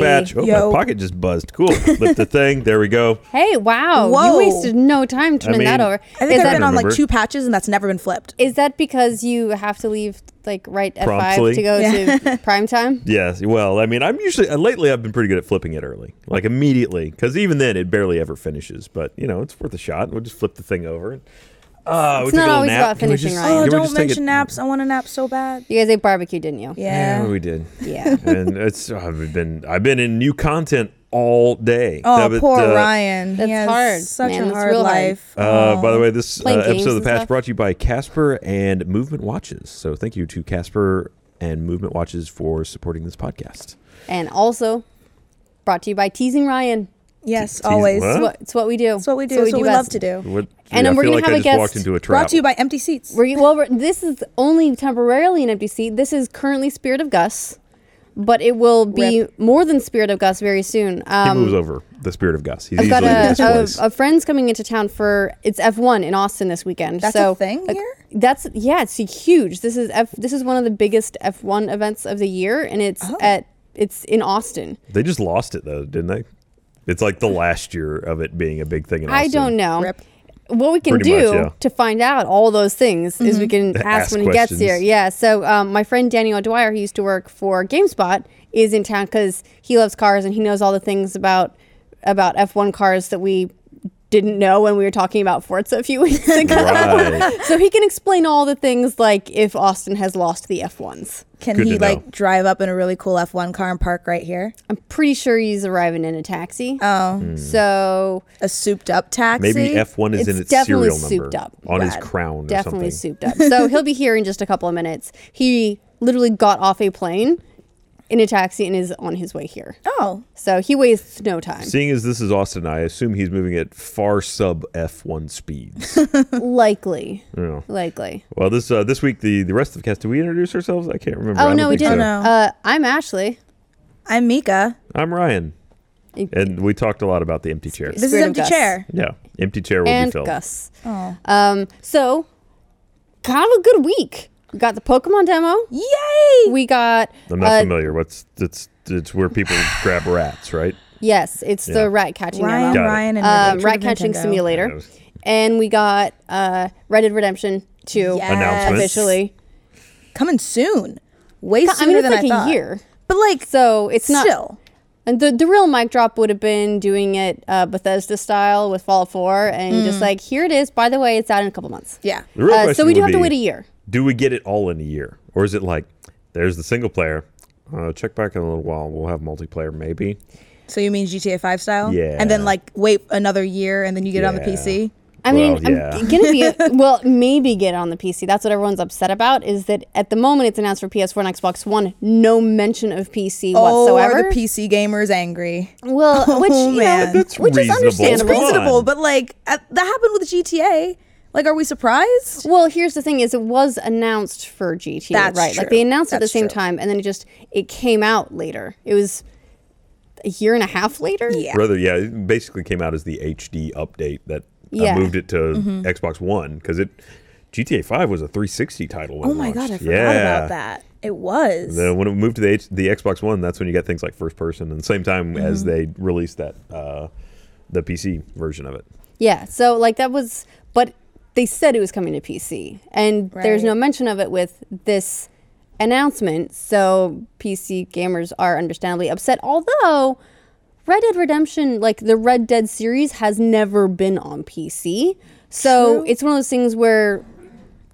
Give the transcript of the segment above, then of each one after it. match. Oh, yo. my pocket just buzzed. Cool. Lift the thing. There we go. Hey, wow. Whoa. You wasted no time turning that mean, over. I think is, I've that, been on like Remember. two patches and that's never been flipped. is that because you have to leave like right at five Promptly. to go to prime time? Yes. Well, I mean, I'm usually uh, lately I've been pretty good at flipping it early, like immediately, because even then it barely ever finishes. But you know, it's worth a shot. We'll just flip the thing over. And, uh, It's we took a not little always nap. about Can we finishing just- right. Oh, can Oh, we don't just take mention it- naps. I want a nap so bad. You guys ate barbecue, didn't you? Yeah. we did. Yeah. and it's I've been I've been in new content all day. Oh, That was, poor uh, Ryan. That's he has hard, Such man. a That's hard real hard. life. Oh. Uh, by the way, this uh, Playing games episode of the and Patch stuff. brought to you by Casper and Movement Watches. So thank you to Casper and Movement Watches for supporting this podcast. And also brought to you by Teasing Ryan. yes, Teasing- always. What? It's what, it's what we do. That's what we do. It's That's what we love best. to do. What, Oh. And then I we're feel gonna like have I a just guest walked into a trap. Brought to you by Empty Seats. We're, well, we're, this is only temporarily an empty seat. This is currently Spirit of Gus, but it will be more than Spirit of Gus very soon. He Um, moves over the spirit of Gus. He's I've got easily a, displaced. a, a friend's coming into town for it's F1 in Austin this weekend. That's so a thing like, here? That's yeah, it's huge. This is F. This is one of the biggest F1 events of the year, and it's Oh. at it's in Austin. They just lost it though, didn't they? It's like the last year of it being a big thing in Austin. I don't know. Rip. What we can Pretty do much, yeah. to find out all those things is we can ask, Ask when he gets questions. here. Yeah. So um, my friend Daniel Dwyer, who used to work for GameSpot, is in town because he loves cars and he knows all the things about about F1 cars that we didn't know when we were talking about Forza a few weeks ago. Right. so he can explain all the things like if Austin has lost the F1s. Can Good he to know. like drive up in a really cool F1 car and park right here? I'm pretty sure he's arriving in a taxi. Oh, Hmm. so a souped up taxi. Mm. Maybe F one is in It's its definitely serial number souped up. on his Right. crown or definitely something. souped up. So he'll be here in just a couple of minutes. He literally got off a plane in a taxi and is on his way here. Oh, So he wastes no time. Seeing as this is Austin, I assume he's moving at far sub F one speeds. Likely. Yeah. Likely. Well, this uh, this week the the rest of the cast. Did we introduce ourselves? I can't remember. I Oh don't no, we think didn't. so. Oh, no. Uh, I'm Ashley. I'm Mika. I'm Ryan, It- and we talked a lot about the empty chair. This Spirit of is empty Gus. chair. Yeah, empty chair will be and filled. Gus. Oh, Um, so kind of a good week. We got the Pokemon demo. yay! We got I'm not uh, familiar. What's it's it's where people grab rats, right? yes, it's Yeah. the rat catching Ryan, demo. it. Ryan, and Um, Adventure rat of catching Nintendo. Yeah, simulator. that was- And we got uh, Red Dead Redemption 2 Yes. Announcement. officially. coming soon. Way sooner I mean, it's than like I a thought. year. but like So it's not. still. And the, the real mic drop would have been doing it uh, Bethesda style with Fallout 4 and just like, here it is. By the way, it's out in a couple months. Mm. Yeah. The real Uh, so question we do would have to be, wait a year. Do we get it all in a year, or is it like there's the single player? Uh, check back in a little while. We'll have multiplayer, maybe. So you mean GTA Five style? Yeah. And then like wait another year and then you get it on the Yeah. PC. I mean, Well, yeah. I'm gonna be well. Maybe get it on the PC. That's what everyone's upset about. Is that at the moment it's announced for PS4 and Xbox One, no mention of PC Or whatsoever. Oh, the PC gamers angry. well, which you know, man. That's which is reasonable. It's understandable. Come on. reasonable, but like uh, that happened with GTA. Like, are we surprised? Well, here's the thing: is it was announced for GTA, That's right? Like true. they announced at the That's same true. time, and then it just it came out later. It was a year and a half later. Yeah. Rather, yeah, it basically came out as the HD update that Yeah. Mm-hmm. uh, moved it to Xbox One because it GTA Five was a 360 title. When Oh it my god, launched. I forgot Yeah. about that. It was. Then uh, when it moved to the H- the Xbox One, that's when you got things like first person, and same time as Mm-hmm. they released that uh, the PC version of it. Yeah. So like that was, but they said it was coming to PC, and there's no Right. mention of it with this announcement. So PC gamers are understandably upset. Although Red Dead Redemption, like the Red Dead series, has never been on PC. So it's one of those things where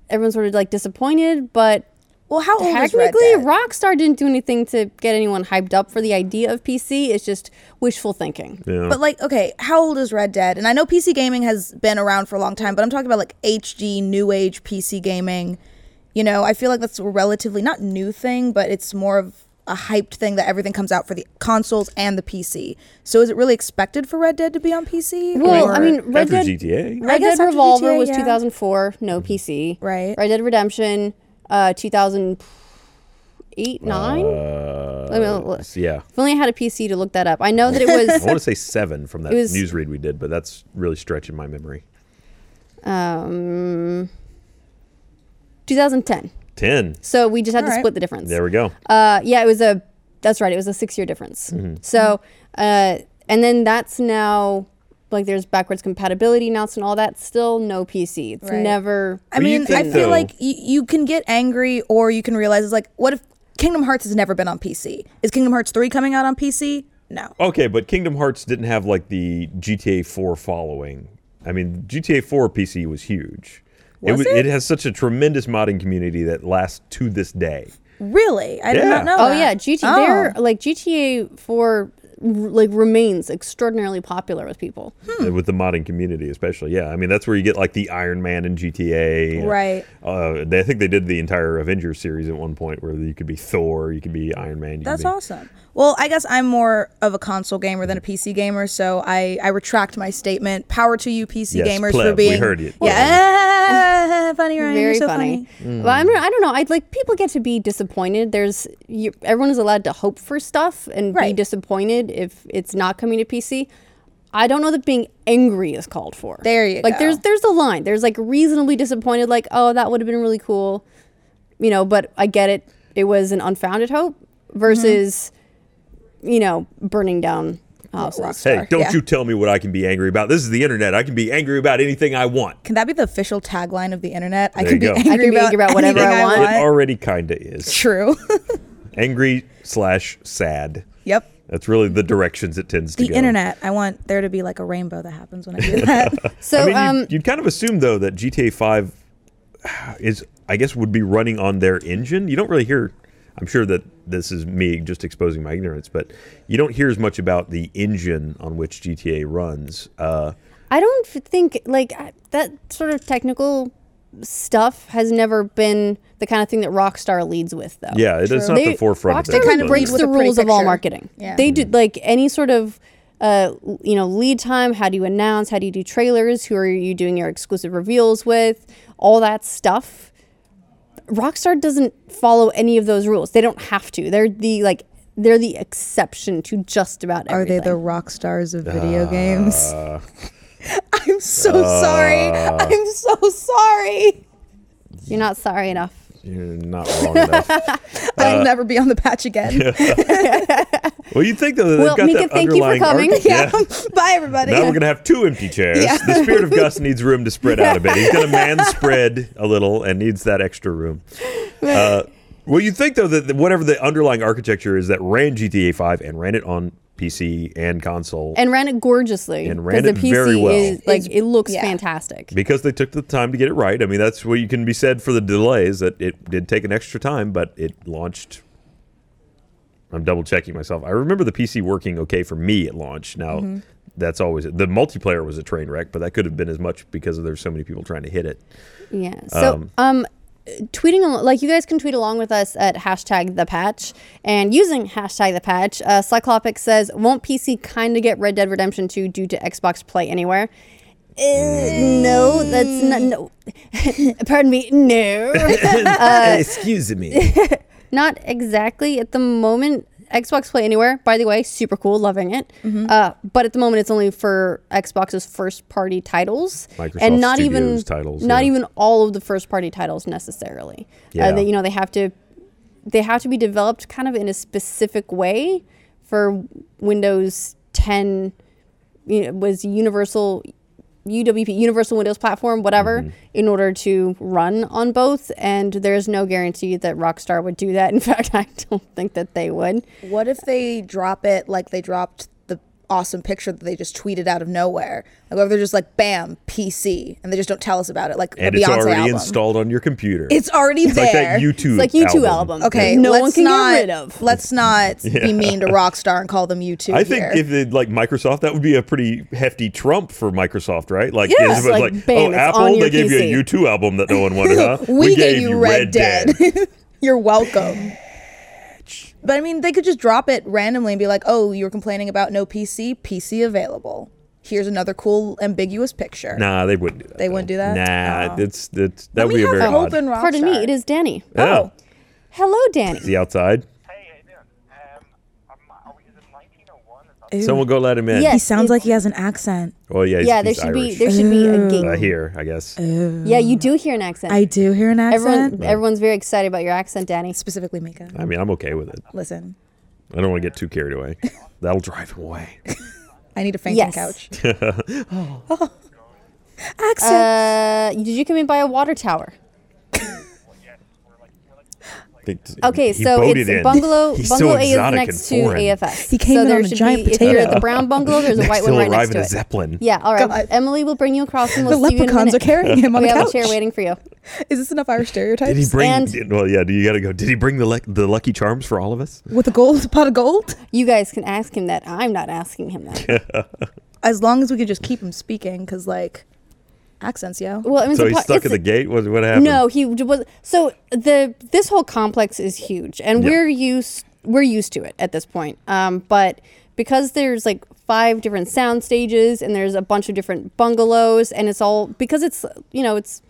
everyone's sort of like disappointed, but well, how old is Red Technically, Dead? Rockstar didn't do anything to get anyone hyped up for the idea of PC. It's just wishful thinking. Yeah. But like, okay, how old is Red Dead? And I know PC gaming has been around for a long time, but I'm talking about like HD, new age PC gaming. You know, I feel like that's a relatively not new thing, but it's more of a hyped thing that everything comes out for the consoles and the PC. So is it really expected for Red Dead to be on PC? Well, Or- I mean, Red After Dead, GTA, Red guess Dead after Revolver GTA, was yeah. 2004, no PC. Right. Red Dead Redemption, uh, 2008, nine. Uh, Let me look. s- yeah. if only I had a PC to look that up. I know that it I was. want to say seven from that It was- news read we did, but that's really stretching my memory. um, 2010. Ten. So we just had All to right. split the difference. There we go. Uh, yeah, it was a That's right. It was a six year difference. So, uh, and then that's now like there's backwards compatibility announced and all that. Still no PC. It's Right. never. I Well, you mean, I think, feel though- like you, you can get angry or you can realize it's like, what if Kingdom Hearts has never been on PC? Is Kingdom Hearts 3 coming out on PC? No. Okay, but Kingdom Hearts didn't have like the GTA 4 following. I mean, GTA 4 PC was huge. Was it, wa- it? it has such a tremendous modding community that lasts to this day. Really? I did Yeah. not know. Oh that. yeah, GTA. Oh. They're like GTA Four. r- Like remains extraordinarily popular with people. Uh, Hmm. with the modding community, especially. Yeah, I mean that's where you get like the Iron Man in GTA. uh, Right. Uh, they, I think they did the entire Avengers series at one point, where you could be Thor, you could be Iron Man. You That's could be, awesome. Well, I guess I'm more of a console gamer than a PC gamer, so I, I retract my statement. Power to you, PC Yes, gamers, for pleb, we being. heard you. Yeah, funny, Ryan. Very you're so funny. Mm. Well, I'm, I don't know. I like people get to be disappointed. There's you, everyone is allowed to hope for stuff and be Right. disappointed if it's not coming to PC. I don't know that being angry is called for. There you like go. there's there's a line. There's like reasonably disappointed. Like oh that would have been really cool, you know. But I get it. It was an unfounded hope versus, Mm-hmm. you know, burning down houses. Hey, don't Yeah. you tell me what I can be angry about. This is the internet. I can be angry about anything I want. Can that be the official tagline of the internet? I There can you be go. I angry can be about, angry about whatever anything I want. It already kinda is True. angry slash sad. yep. That's really the directions it tends to The go. internet. I want there to be like a rainbow that happens when I do that. So I mean, um, you'd, you'd kind of assume though that GTA Five is, I guess, would be running on their engine. You don't really hear. I'm sure that this is me just exposing my ignorance, but you don't hear as much about the engine on which GTA runs. Uh, I don't f- think like I- that sort of technical stuff has never been the kind of thing that Rockstar leads with, though. yeah, it, it's not They- the forefront. of Rockstar their Mm-hmm. kind development. of breaks With the a pretty rules of all picture. marketing. Yeah. They do like any sort of. Uh, l- you know, lead time. How do you announce? How do you do trailers? Who are you doing your exclusive reveals with? All that stuff. Rockstar doesn't follow any of those rules. They don't have to. They're the like they're the exception to just about Are everything. they the rock stars of Uh, video games? I'm so sorry. I'm so sorry. You're not sorry enough. You're not wrong enough. uh, I'll never be on the patch again. Yeah. Well, you'd think though that they've Well, got Mika, that thank you for underlying coming. arch- Yeah. Bye, everybody. Now we're gonna have two empty chairs. Yeah. The spirit of Gus needs room to spread out a bit. He's gonna man spread a little and needs that extra room. Uh, well, you think though that that whatever the underlying architecture is that ran GTA 5 and ran it on PC and console, and ran it gorgeously. And ran 'cause it very well. Is, like it looks yeah. fantastic. because they took the time to get it right. I mean, that's what you can be said for the delays that it did take an extra time, but it launched. I'm double checking myself. I remember the PC working okay for me at launch. Now, Mm-hmm. that's always the multiplayer was a train wreck, but that could have been as much because there's so many people trying to hit it. Yeah. So um, tweeting al- like you guys can tweet along with us at hashtag the patch and using hashtag the patch. Uh, Cyclopic says, "Won't PC kind of get Red Dead Redemption 2 due to Xbox Play Anywhere?" Uh, no, that's not. No, pardon me. No. Uh, Excuse me. Not exactly at the moment. Xbox Play Anywhere, by the way, super cool, loving it. Uh, but at the moment, it's only for Xbox's first party titles, Microsoft Studios titles, not yeah. even all of the first party titles necessarily. Yeah. Uh, they, you know, they have to they have to be developed kind of in a specific way for Windows 10. You know, was Universal UWP Universal Windows Platform, whatever, Mm-hmm. in order to run on both. And there's no guarantee that Rockstar would do that. In fact, I don't think that they would. What if they drop it like they dropped the awesome picture that they just tweeted out of nowhere? Like, what if they're just like, bam, PC, and they just don't tell us about it? Like, and a Beyonce it's already album. installed on your computer. It's already It's like there. that YouTube. It's like U2 album. okay, that no let's one can not, get rid of. Let's not be mean to Rockstar and call them YouTube. I think here. if it like Microsoft, that would be a pretty hefty trump for Microsoft, right? Like, Yeah. is It's it like, bam, oh, it's on Apple, your they gave PC. you a U2 album that no one wanted, huh? we, gave, you Red, Dead. You're welcome. But I mean, they could just drop it randomly and be like, "Oh, you were complaining about no PC. PC available. Here's another cool ambiguous picture." Nah, they wouldn't do that. They wouldn't do that? Oh. Nah, it's, it's that would we be a have very hope odd. in Rockstar. Pardon me, it is Danny. yeah. Oh. Hello, Danny. The outside. Hey, how you doing? Um, I'm, are we, is it 1901? Is that Someone go let him in. Yes. He sounds like he has an accent. Well, yeah. He's, Yeah, he's there should be Irish. there should be Oh. a gate. I hear. I guess. Yeah, you do hear an accent. Oh. I do hear an accent. Everyone, everyone's very excited about your accent, Danny. Specifically, Mika. I mean, I'm okay with it. Listen, I don't want to get too carried away. That'll drive him away. I need a fainting Yes. couch. Oh. Uh, Axel. Uh, did you come in by a water tower? Okay, He so boated it's in. bungalow. He's bungalow so A is exotic next to and foreign. AFS. He came so in there on a should giant be, If you're at potato. the brown bungalow, there's a Next white he'll one right next arrive in to a it. zeppelin. Yeah, all right. God. Emily will bring you across, and the we'll see you in a leprechauns are minute. carrying him on we the have couch. a chair waiting for you. Is this enough Irish stereotypes? Did he bring? And- did- well, yeah. Do you got to go? Did he bring the luck the lucky charms for all of us? With a gold pot of gold? You guys can ask him that. I'm not asking him that. As long as we can just keep him speaking, because like accents, yo. Well, I mean, So it's a he's po- stuck it's at a- the gate. What, what happened? No, he d- was. So the this whole complex is huge, and Yeah. we're used we're used to it at this point. Um, but because there's like five different sound stages, and there's a bunch of different bungalows, and it's all because it's you know it's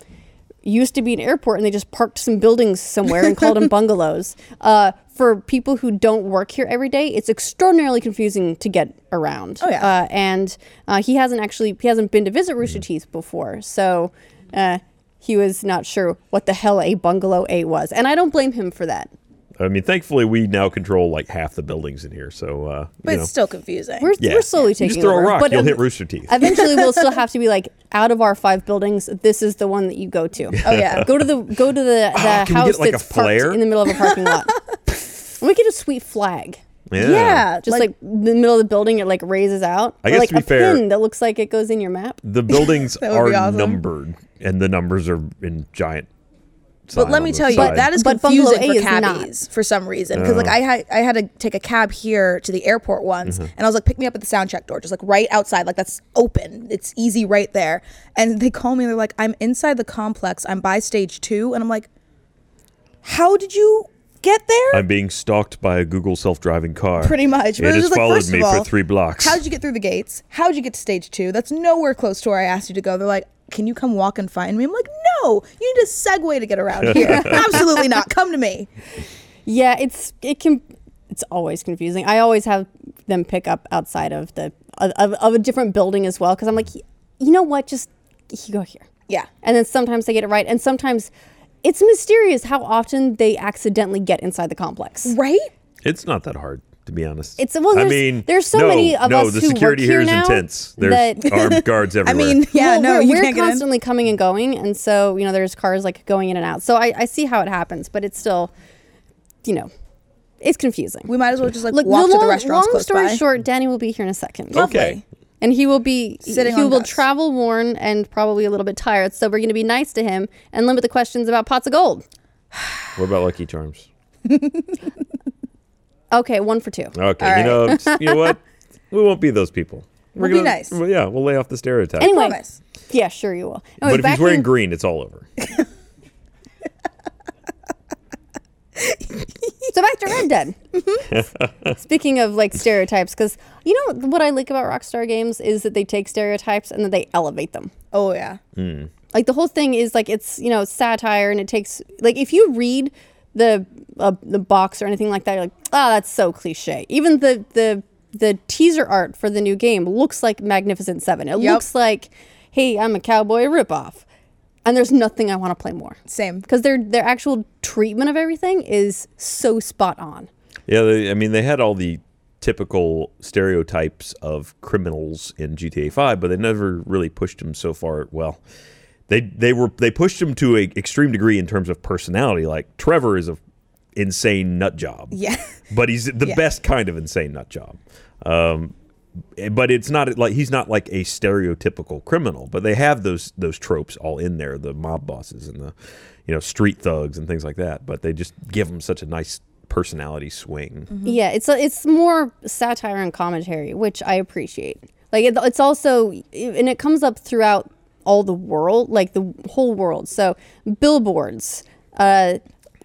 used to be an airport, and they just parked some buildings somewhere and called them bungalows. Uh, for people who don't work here every day, it's extraordinarily confusing to get around. Oh, yeah. Uh, uh, and uh, he hasn't actually he hasn't been to visit Rooster Mm. Teeth before, so uh, he was not sure what the hell a bungalow A was, and I don't blame him for that. I mean, thankfully, we now control like half the buildings in here. So, uh, but you it's know, still confusing. We're, Yeah. we're slowly You just taking throw a over, um, rock, you'll ev- hit Rooster Teeth. Eventually, we'll still have to be like out of our five buildings. This is the one that you go to. oh yeah. Go to the go to the, the Ah, can we get, house like, a that's parked flare? in the middle of a parking lot. And we get a sweet flag. yeah. yeah. Just like, the middle of the building, it like raises out. I Or, guess like to be a fair- pin that looks like it goes in your map. the buildings would are be awesome. numbered, and the numbers are in giant. But let me tell you, that is But Bungalow confusing A for is not. cabbies for some reason. Because like I had I had to take a cab here to the airport once, and I was like, pick me up at the sound check door, just like right outside, like that's open, it's easy right there. And they call me, and they're like, I'm inside the complex, I'm by stage two, and I'm like, how did you get there? I'm being stalked by a Google self-driving car. Pretty much. it But it's has just like, followed first me of for all, three blocks. How did you get through the gates? How did you get to stage two? That's nowhere close to where I asked you to go. They're like, can you come walk and find me? I'm like, no, you need a segue to get around here. Absolutely not. Come to me. Yeah, it's it can it's always confusing. I always have them pick up outside of the of, of, of a different building as well because I'm like, you know what, just you go here. Yeah. And then sometimes they get it right, and sometimes it's mysterious how often they accidentally get inside the complex. Right? It's not that hard, to be honest. It's- well, I there's- mean, there's so no, many of no, us the who work security here is now intense. There's that- armed guards everywhere. mean, yeah, Well, no, we're, you we're can't get in. constantly coming and going, and so you know there's cars like going in and out. So I, I see how it happens, but it's still, you know, it's confusing. We might as well just like Look, walk the long, to the restaurants long close story by. short, Danny will be here in a second. Lovely. Okay. and he will be Sitting he on will dust. travel worn and probably a little bit tired so we're going to be nice to him and limit the questions about pots of gold what about Lucky Charms? okay one for two Okay, All you know, s- you know what? We won't be those people. We're We'll be nice. well, yeah, we'll lay off the stereotype. anyway Promise. yeah sure you will but Anyway, if he's back wearing in- green, it's all over. so back to red dead Mm-hmm. speaking of like stereotypes because you know what i like about rockstar games is that they take stereotypes and then they elevate them Oh yeah. like the whole thing is like it's you know satire and it takes like if you read the uh, the box or anything like that you're like ah that's so cliche even the the the teaser art for the new game looks like magnificent seven it Yep. looks like hey i'm a cowboy ripoff and there's nothing i want to play more Same. because their their actual treatment of everything is so spot on Yeah, they, I mean, they had all the typical stereotypes of criminals in GTA 5, but they never really pushed them so far. Well, they they were they pushed them to an extreme degree in terms of personality. Like Trevor is a insane nut job. Yeah. but he's the Yeah. best kind of insane nut job. Um, but it's not like he's not like a stereotypical criminal. But they have those those tropes all in there: the mob bosses and the you know street thugs and things like that. But they just give him such a nice personality swing. Mm-hmm. Yeah, it's a, it's more satire and commentary, which I appreciate. Like it, it's also and it comes up throughout all the world, like the whole world. So billboards, uh,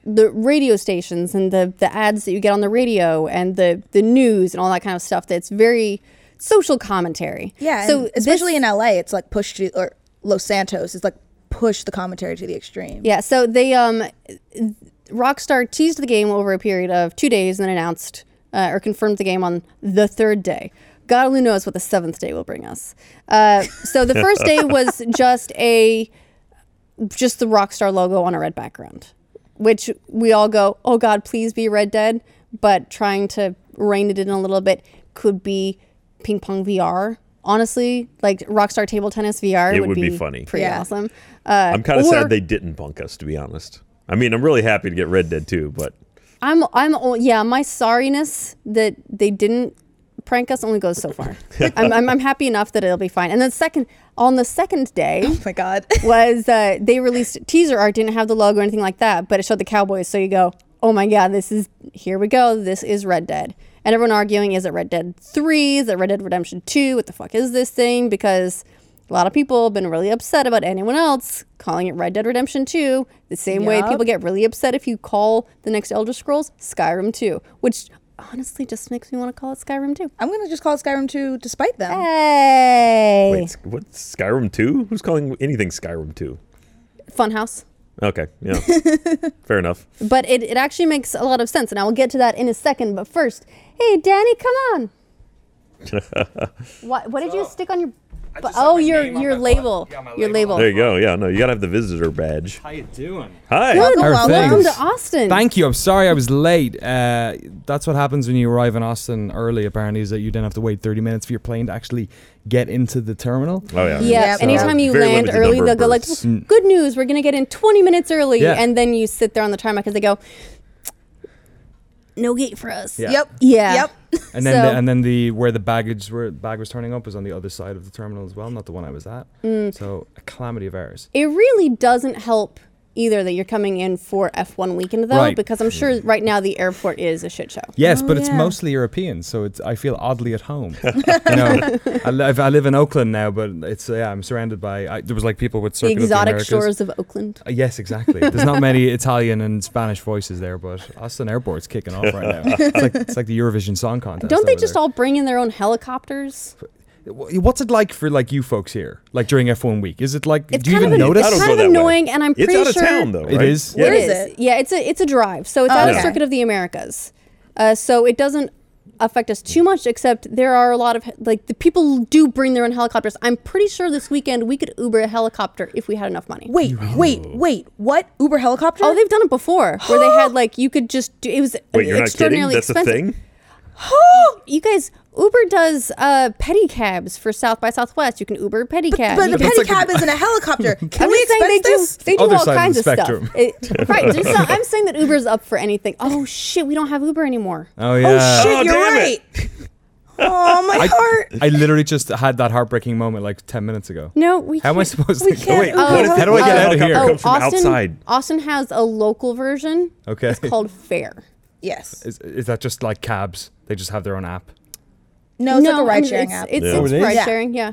the radio stations, and the the ads that you get on the radio, and the the news, and all that kind of stuff. That's very social commentary. Yeah. So So this- especially in LA, it's like pushed to or Los Santos is like push the commentary to the extreme. Yeah, so they um, Rockstar teased the game over a period of two days and then announced uh, or confirmed the game on the third day. God only knows what the seventh day will bring us. Uh, so the first day was just a just the Rockstar logo on a red background, which we all go, "Oh God, please be Red Dead." but trying to rein it in a little bit could be ping pong VR. Honestly, like Rockstar Table Tennis VR It would, would be be, funny. pretty Yeah. awesome. Uh, I'm kind of or- sad they didn't bunk us, to be honest. I mean, I'm really happy to get Red Dead 2, but I'm I'm o- yeah, my sorriness that they didn't prank us only goes so far. I'm, I'm I'm happy enough that it'll be fine. And then second on the second day Oh my god. was uh, they released teaser art didn't have the logo or anything like that, but it showed the Cowboys. So you go, oh my god, this is here we go. This is Red Dead. And everyone arguing, is it Red Dead Three? Is it Red Dead Redemption Two? What the fuck is this thing? Because a lot of people have been really upset about anyone else calling it Red Dead Redemption Two. The same way Yup. people get really upset if you call the next Elder Scrolls Skyrim Two, which honestly just makes me want to call it Skyrim Two. I'm gonna just call it Skyrim 2 despite them. Hey, wait, Sk- what? Skyrim 2? Who's calling anything Skyrim 2? Funhouse. Okay, yeah. Fair enough. But it, it actually makes a lot of sense, and I will get to that in a second. But first, hey, Danny, come on. what what did you stick on your? I bu- just oh, have my your name on your my label, butt. Yeah, my your label. label. There you go. Yeah, no, you got to have the visitor badge. How you doing? Hi. Good, Welcome, Oh, welcome Perfect. to Austin. Thank you. you. I'm sorry I was late. Uh, that's what happens when you arrive in Austin early. Apparently, is that you didn't have to wait 30 minutes for your plane to actually get into the terminal. Oh, yeah. Yeah, Yep. anytime you Very land limited early, number they'll of go like, berths. "Good news, we're gonna get in 20 minutes early," Yeah. and then you sit there on the tarmac because they go, "No gate for us." Yeah. Yep. Yeah. Yep. And then, So- the, and then the where the baggage where bag was turning up was on the other side of the terminal as well, not the one I was at. Mm. So a calamity of errors. it really doesn't help either that you're coming in for F1 weekend though, Right. because I'm sure right now the airport is a shit show. Yes, Oh, but it's yeah. mostly European, so it's I feel oddly at home. you know, I, live, I live in Oakland now, but it's yeah, I'm surrounded by I, there was like people with The Circuit of exotic Americas. shores of Oakland. Uh, Yes, exactly. There's not many Italian and Spanish voices there, but Austin Airport's kicking off right now. It's like, it's like the Eurovision Song Contest. Don't they over just there. all bring in their own helicopters? W- What's it like for like you folks here, like during F1 week? Is it like? It's do you kind even of an- notice? I don't It's go kind of that annoying, way. and I'm It's pretty out of sure- town, though. It right? is? Yeah. Where It is is. it? Yeah, it's a it's a drive. So it's out of okay. Circuit of the Americas. Uh, so it doesn't affect us too much, except there are a lot of like the people do bring their own helicopters. I'm pretty sure this weekend we could Uber a helicopter if we had enough money. Wait, wait, wait. What? Uber helicopter? Oh, they've done it before where they had like you could just do it was Wait, you're not kidding? extraordinarily That's expensive. a thing? You guys, Uber does uh, pedicabs for South by Southwest. You can Uber pedicab. but the You can- that's like pedicab a- isn't a helicopter. Can I'm we just saying expense they do, this? they The do other all side of kinds the of stuff. spectrum. It- right. there's not- I'm saying that Uber's up for anything. Oh, shit. We don't have Uber anymore. Oh yeah. oh shit, Oh, you're damn right. it. oh my heart. I literally just had that heartbreaking moment like ten minutes ago. No, we How am I can't- supposed we to? can't Oh. Wait, Uber. what if how do I get the out of helicopter here? comes from Austin, outside? Austin has a local version. Okay. It's called Fair. Yes. Is, is that just like cabs? They just have their own app. No, it's like I a mean, ride sharing it's- app. It's, Oh, it's it is? ride Yeah. sharing, yeah.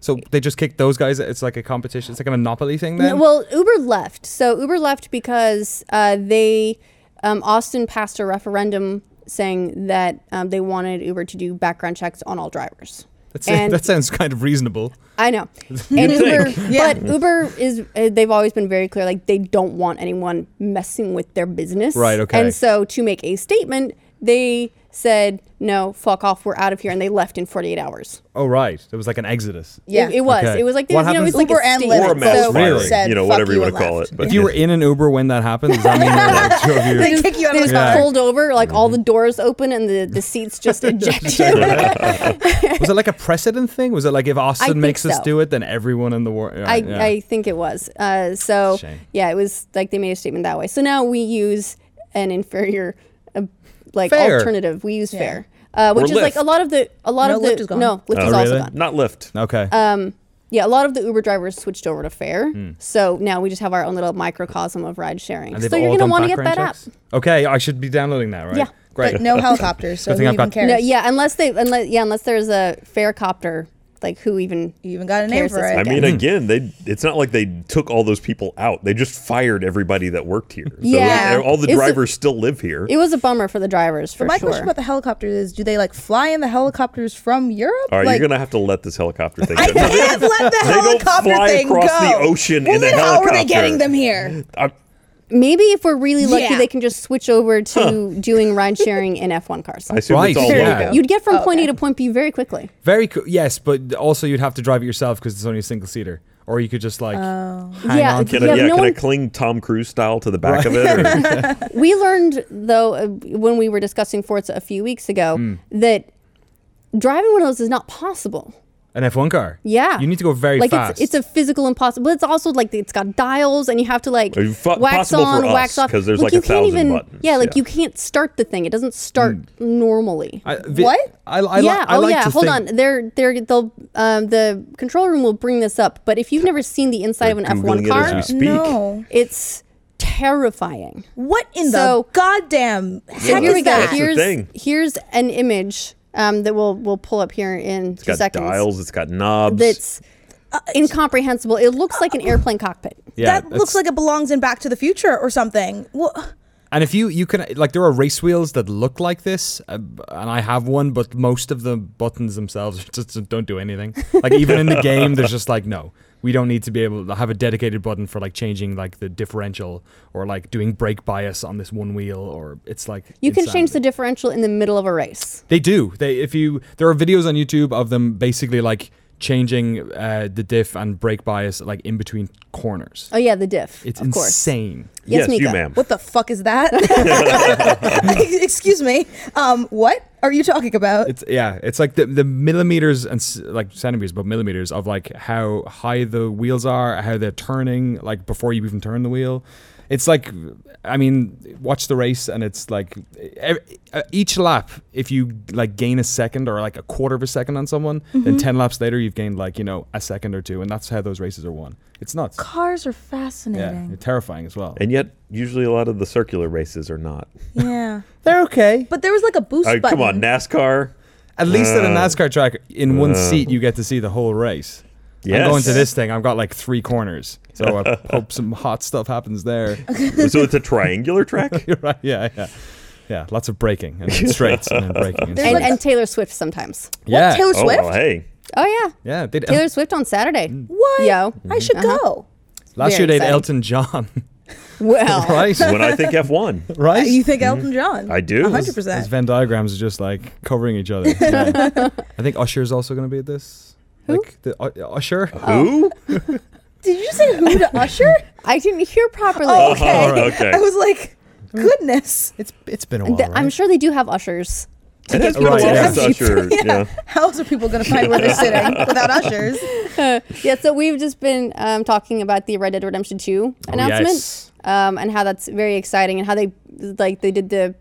So they just kick those guys. It's like a competition. It's like a monopoly thing. No, Then well, Uber left. So Uber left because uh, they um, Austin passed a referendum saying that um, they wanted Uber to do background checks on all drivers. That's- and- that sounds kind of reasonable. I know, and Uber, Yeah. but Uber is uh, they've always been very clear like they don't want anyone messing with their business. Right, okay. And so to make a statement, they said no, fuck off, we're out of here, and they left in 48 hours. Oh right, it was like an exodus. Yeah. It, it was. Okay. It was like you What know, it happens- was like Uber a and statement. Lyft Or a So- mass firing, Really? said, you know, "Fuck whatever you you want and to call left." it. But If you were in an Uber when that happened, does that mean there were two of you? They kick you out they of the just car. pulled over, like Mm-hmm. all the doors open and the, the seats just eject you. was it like a precedent thing? Was it like if think Austin makes us so. do it, then everyone in the world? I, I think it was. Uh, so Shame. yeah, it was like they made a statement that way. So now we use an inferior, uh, like Fair. alternative. We use fair, uh, Or which is like Lyft. a lot of the a lot No, of the Lyft is gone. no, Lyft Oh, is also really? gone. Not Lyft. okay. uh, Yeah, a lot of the Uber drivers switched over to fair. So now we just have our own little microcosm of ride sharing. Hmm. And they've So you're all gonna done want to get that background app. checks? Okay, I should be downloading that, right? Yeah. Great. But no helicopters, so Good who thing I've even got- cares? No, yeah, unless they unless yeah unless there's a fair copter, like who even You even got a name Cares for this it. I Okay. mean, again, they it's not like they took all those people out. They just fired everybody that worked here. So Yeah. like, all the It's a- drivers still live here. It was a bummer for the drivers for But my sure. question about the helicopters is do they like fly in the helicopters from Europe? all right, like, you're gonna have to let this helicopter thing. I go. No, they can't let the they don't helicopter fly thing across go. the ocean well, in a then how are they helicopter. getting them here? I- Maybe if we're really lucky, Yeah. they can just switch over to doing ride sharing in F1 cars. I assume Right, it's all there you local. go. You'd get from point okay. A to point B very quickly. Very cool. Yes, but also you'd have to drive it yourself because it's only a single seater. or you could just like hang Oh. Yeah, on to Can, the I, Yeah, yeah, no can I one- cling Tom Cruise style to the back of it? Or, We learned though uh, when we were discussing Forza a few weeks ago Hmm. that driving one of those is not possible. an F1 car. Yeah, You need to go very like fast. It's, it's a physical impossible. But it's also like it's got dials, and you have to like Uh, fu- wax possible for on, us, wax off 'cause there's, like, a you can't thousand even, buttons, Yeah, like yeah. Hmm. you can't start the thing. It doesn't start normally. I, vi- What? I, I, li- yeah. I oh like yeah. to Hold think- on. They're they're they'll um, the control room will bring this up. But if you've never seen the inside of an F1 Googling it as car, we speak. No. it's terrifying. What in So- the goddamn So heck here is we go. that? That's the here's thing. here's an image um, that we'll we'll pull up here in It's two got seconds. dials. It's got knobs. That's uh, incomprehensible. It looks like an airplane cockpit. Yeah, that looks it's- like it belongs in Back to the Future or something. Well, And if you you can like there are race wheels that look like this, uh, and I have one, but most of the buttons themselves just don't do anything. Like even in the game, there's just like no, we don't need to be able to have a dedicated button for like changing like the differential or like doing brake bias on this one wheel, or it's like You can change the insanity. differential in the middle of a race. They do. They if you there are videos on YouTube of them basically like changing uh, the diff and brake bias like in between corners. Oh yeah, the diff. It's of course. insane. yes, Yes, you, Mika. ma'am. what the fuck is that? Excuse me. Um, what are you talking about? It's yeah, it's like the, the millimeters and s- like centimeters, but millimeters of like how high the wheels are, how they're turning, like before you even turn the wheel. It's like, I mean, watch the race, and it's like ev- uh, each lap, if you like gain a second or like a quarter of a second on someone, then ten laps later you've gained like you know a second or two, and that's how those races are won. It's nuts. Cars are Yeah, fascinating. terrifying as well. and yet, usually a lot of the circular races are not. Yeah. They're okay. But there was like a boost All right, button. Oh, come on, NASCAR. At least at a Uh, NASCAR track, in one uh, seat, you get to see the whole race. Yes. I'm going to this thing. I've got like three corners, so I hope some hot stuff happens there. so it's a triangular track. You're right. Yeah, yeah, yeah. Lots of braking and then straights and then braking. And, And straights. and Taylor Swift sometimes. yeah, What, Taylor oh Swift? well, hey, Oh yeah. yeah. Mm. They'd, Taylor Swift on Saturday. What? Yo. I should Uh-huh. go. last Very year they'd exciting. Elton John, Well, right? when I think F1, right. You think Elton John? I do. hundred Those percent. Venn diagrams are just like covering each other. Yeah. I think Usher's also going to be at this. Like the uh, Usher. Oh. who? Did you say who to Usher? I didn't hear properly. Oh, okay. all right, okay. I was like, goodness, It's it's been a while. Th- I'm right? sure they do have ushers. It has been a been a while while since since Usher. Yeah. how else are people going to find where they're sitting without ushers? Yeah, so we've just been um, talking about the Red Dead Redemption 2 announcement yes. um, and how that's very exciting and how they like they did the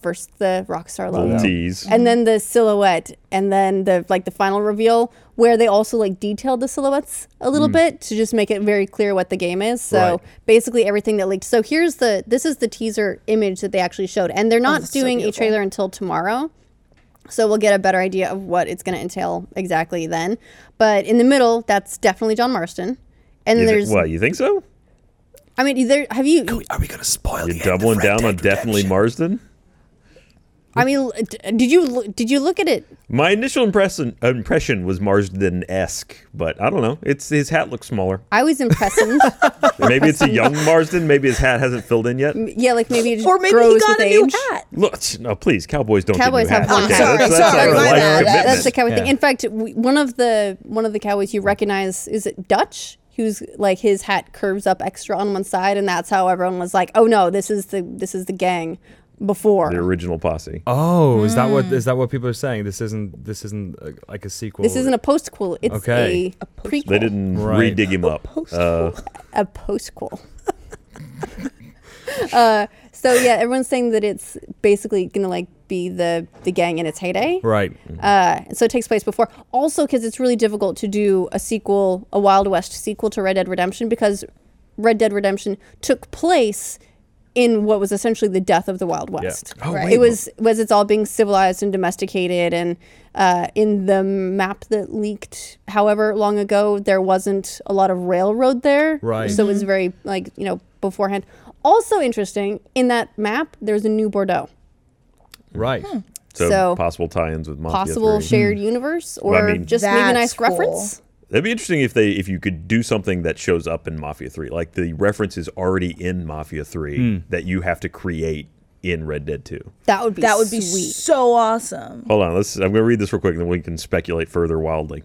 first the Rockstar logo Little tease. Mm-hmm. and then the silhouette and then the like the final reveal where they also like detailed the silhouettes a little Mm. bit to just make it very clear what the game is. So Right. basically everything that leaked. So here's the this is the teaser image that they actually showed and they're not Oh, that's so doing a beautiful. trailer until tomorrow. So we'll get a better idea of what it's going to entail exactly then. But in the middle, that's definitely John Marston. And Is it- there's, what you think so? I mean, there have you? Are we going to spoil? You're doubling down on definitely Marsden. I mean, d- did you lo- did you look at it? My initial impression uh, impression was Marsden esque, but I don't know. It's his hat looks smaller. I was impressive. Maybe it's a young Marsden. Maybe his hat hasn't filled in yet. yeah, like maybe it just Or maybe grows he got with a age. new hat. Look, no, please, Cowboys don't. Cowboys get have new hats. one Okay, hat. Sorry, that's, that's sorry, our my life bad. commitment. That's the kind of thing. Yeah. In fact, w- one of the one of the cowboys you recognize is it Dutch, who's like his hat curves up extra on one side, and that's how everyone was like, "Oh no, this is the this is the gang." Before the original posse. Oh, is that what Hmm. is that what people are saying? This isn't this isn't uh, like a sequel. this isn't a postquel, it's Okay. a, prequel, They didn't Right. re-dig him up. Uh, a postquel. uh, so yeah, everyone's saying that it's basically gonna like be the the gang in its heyday, right. Uh, Mm-hmm. so it takes place before. Also, because it's really difficult to do a sequel, a Wild West sequel to Red Dead Redemption, because Red Dead Redemption took place in what was essentially the death of the Wild West. Oh, Right. wait, It was was it's all being civilized and domesticated, and uh, in the map that leaked, however long ago, there wasn't a lot of railroad there, Right. So it was very like you know beforehand. Also interesting in that map, there's a new Bordeaux, right. Hmm. so, So- possible tie-ins with Mafia possible 3. shared Hmm. universe, or Well, I mean- just maybe a nice That's cool. reference. That'd be interesting if they if you could do something that shows up in Mafia Three, like the reference is already in Mafia Three that you have to create in Red Dead 2. That would be That would be sweet. so awesome. Hold on, let's. I'm going to read this real quick, and then we can speculate further wildly.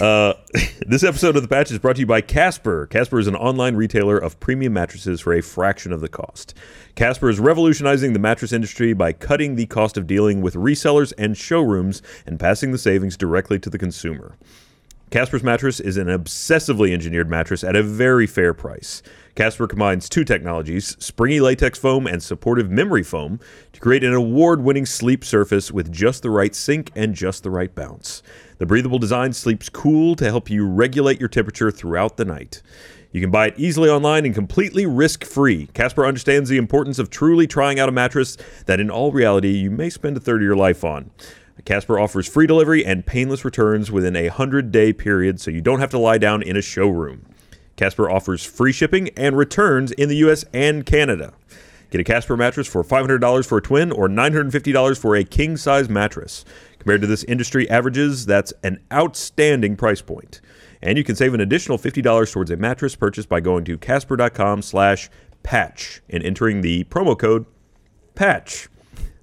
uh, this episode of the Patch is brought to you by Casper. Casper is an online retailer of premium mattresses for a fraction of the cost. Casper is revolutionizing the mattress industry by cutting the cost of dealing with resellers and showrooms and passing the savings directly to the consumer. Casper's mattress is an obsessively engineered mattress at a very fair price. Casper combines two technologies, springy latex foam and supportive memory foam, to create an award winning sleep surface with just the right sink and just the right bounce. The breathable design sleeps cool to help you regulate your temperature throughout the night. You can buy it easily online and completely risk free. Casper understands the importance of truly trying out a mattress that, in all reality, you may spend a third of your life on. Casper offers free delivery and painless returns within a 100 day period, so you don't have to lie down in a showroom. Casper offers free shipping and returns in the US and Canada. Get a Casper mattress for $500 for a twin or $950 for a king size mattress. Compared to this industry averages, that's an outstanding price point. And you can save an additional $50 towards a mattress purchase by going to casper.com slash patch and entering the promo code patch.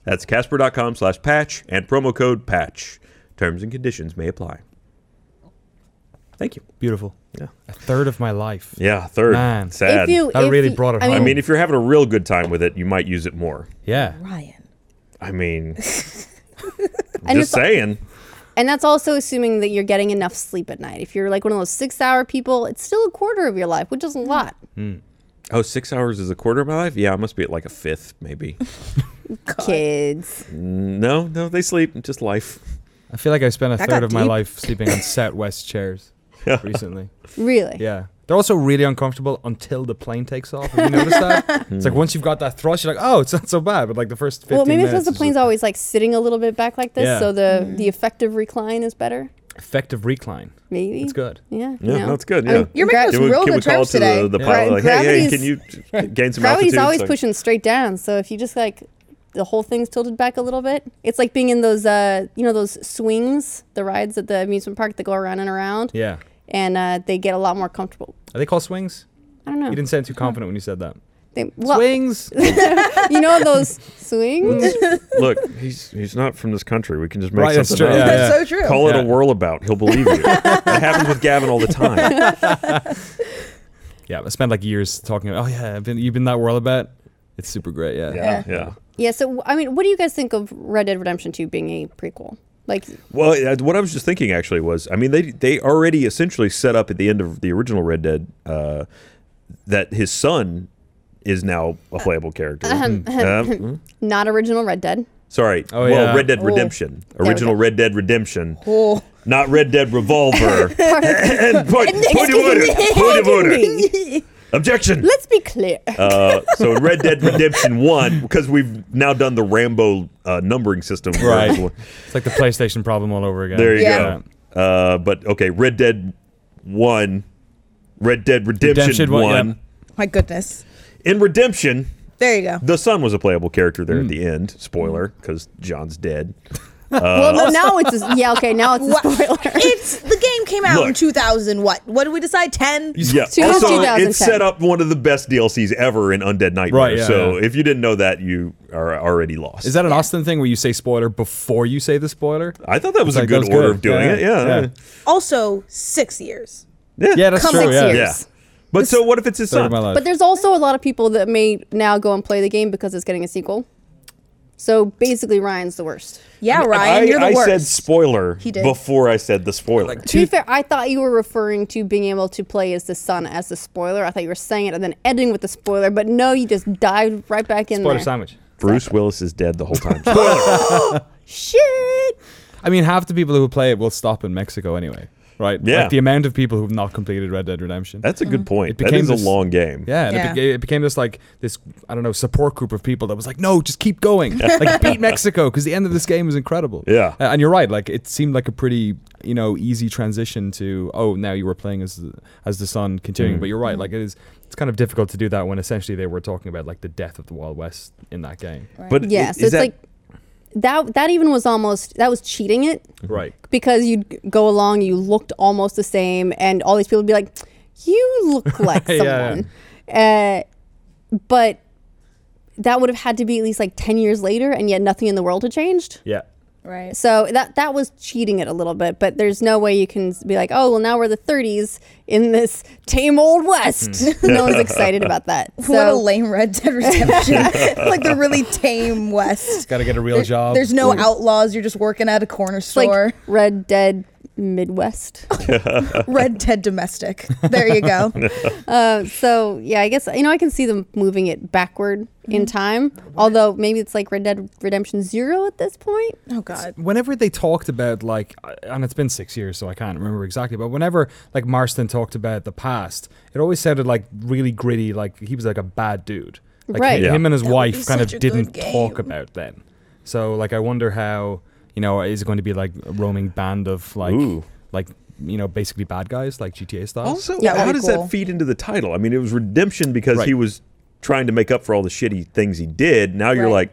That's casper.com slash patch and promo code patch. Terms and conditions may apply. Thank you. Beautiful. Yeah. A third of my life. Yeah, third. Man. Sad. If you, That if really you- brought it I I home. mean, mean, if you're having a real good time with it, you might use it more. Yeah. Ryan. I mean, and just it's saying. And that's also assuming that you're getting enough sleep at night. If you're like one of those six hour people, it's still a quarter of your life, which is a lot. Oh, six hours is a quarter of my life? Yeah, I must be at like a fifth, maybe. Kids. no, no, they sleep. Just life. I feel like I spent a That third got of my deep. life sleeping on Southwest chairs recently. Really? Yeah. They're also really uncomfortable until the plane takes off. Have you noticed that? it's like once you've got that thrust, you're like, oh, it's not so bad. But like the first 15 Well, maybe it's because minutes the is plane's just always like sitting a little bit back like this, Yeah. so the the effective recline is better. effective recline. Maybe. It's good. Yeah. Yeah, you know. that's good. I Yeah. mean, You're making gra- us It's real good call terms to the, today. the Yeah. pilot? Like, hey, hey, Gravity's- can you gain some gravity's altitude? always So- pushing straight down. So if you just like the whole thing's tilted back a little bit, it's like being in those uh you know those swings, the rides at the amusement park that go around and around, Yeah. and uh, they get a lot more comfortable. Are they called swings? I don't know. You didn't sound too confident when you said that. They, well, swings. you know those swings. Look, he's he's not from this country. We can just make Right, that's something true. up. Yeah, That's yeah. so true. Call Yeah. it a whirlabout. He'll believe you. that happens with Gavin all the time. yeah, I spent like years talking about. Oh yeah, I've been, you've been that world about. It's super great. Yeah. Yeah, Yeah. yeah. yeah. So I mean, what do you guys think of Red Dead Redemption Two being a prequel? Like, Well, uh, what I was just thinking actually was, I mean, they they already essentially set up at the end of the original Red Dead uh, that his son is now a playable character. Uh-huh. Um, not original Red Dead. sorry. Oh, well, yeah. Red Dead Hmm. Oh. Redemption, we go. original Red Dead Redemption, Cool. not Red Dead Revolver. and point, point of order. Excuse me. Point of order. Excuse me. Objection. Let's be clear. Uh, so in Red Dead Redemption One, because we've now done the Rambo uh, numbering system, where Right. everyone- It's like the PlayStation problem all over again. There you Yeah. go. Uh, but okay, Red Dead One, Red Dead Redemption, Redemption One. one, yeah. My goodness. In Redemption, There you go. the son was a playable character there Hmm. at the end. Spoiler, because John's dead. well, no, now it's a, yeah. Okay, now it's a What? spoiler. It's the game came out in Look. 2000. What? What did we decide? 10. Yeah. Two- also, it 2010. set up one of the best DLCs ever in Undead Nightmare. Right, yeah, so yeah. if you didn't know that, you are already lost. Is that an Austin thing where you say spoiler before you say the spoiler? I thought that was a like, good that was order good. of doing Yeah, it. Yeah. yeah. Also, six years. Yeah. Yeah, that's Come true. six Yeah. years. Yeah. But so what if it's his Third son? of my life. But there's also a lot of people that may now go and play the game because it's getting a sequel. So basically, Ryan's the worst. Yeah, Ryan, I, you're the I worst. said spoiler did. before I said the spoiler. To be fair, I thought you were referring to being able to play as the son as the spoiler. I thought you were saying it and then ending with the spoiler, but no, you just dived right back in spoiler there. sandwich. Bruce Willis is dead the whole time. Shit. I mean, half the people who play it will stop in Mexico anyway, right? Yeah. Like the amount of people who've not completed Red Dead Redemption. That's a good point. It That became is a this- long game. yeah, and It, Yeah. beca- it became this like this I don't know support group of people that was like, no, just keep going, like beat Mexico because the end of this game was incredible. Yeah. Uh, and you're right. Like it seemed like a pretty you know easy transition to oh now you were playing as the- as the son continuing, but you're right. Like it is it's kind of difficult to do that when essentially they were talking about like the death of the Wild West in that game. But Yeah, i- so is it's that- like that that even was almost that was cheating it Right. because you'd g- go along, you looked almost the same, and all these people would be like, You look like Yeah, yeah. someone. Uh, but that would have had to be at least like 10 years later and yet nothing in the world had changed. Yeah. Right. So that that was cheating it a little bit, but there's no way you can be like, "Oh, well now we're the 30s in this tame old west." no one's excited about that. So what a lame Red Dead Redemption. like the really tame West. Got to get a real job. There's no outlaws. You're just working at a corner it's like store. Red Dead Midwest. Red Dead Domestic. There you go. Uh, so yeah, I guess you know I can see them moving it backward Mm-hmm. in time. Although maybe it's like Red Dead Redemption Zero at this point. Oh God. whenever they talked about like uh, and it's been six years so i can't remember exactly but whenever like marston talked about the past it always sounded like really gritty like he was like a bad dude like Right. him and his That would be wife such kind a of good didn't talk game. about then so like i wonder how you know is it going to be like a roaming band of like Ooh. like you know basically bad guys like gta style Also, Yeah, that'd how be does cool. that feed into the title? I mean, it was redemption because Right. he was trying to make up for all the shitty things he did. Now you're Right.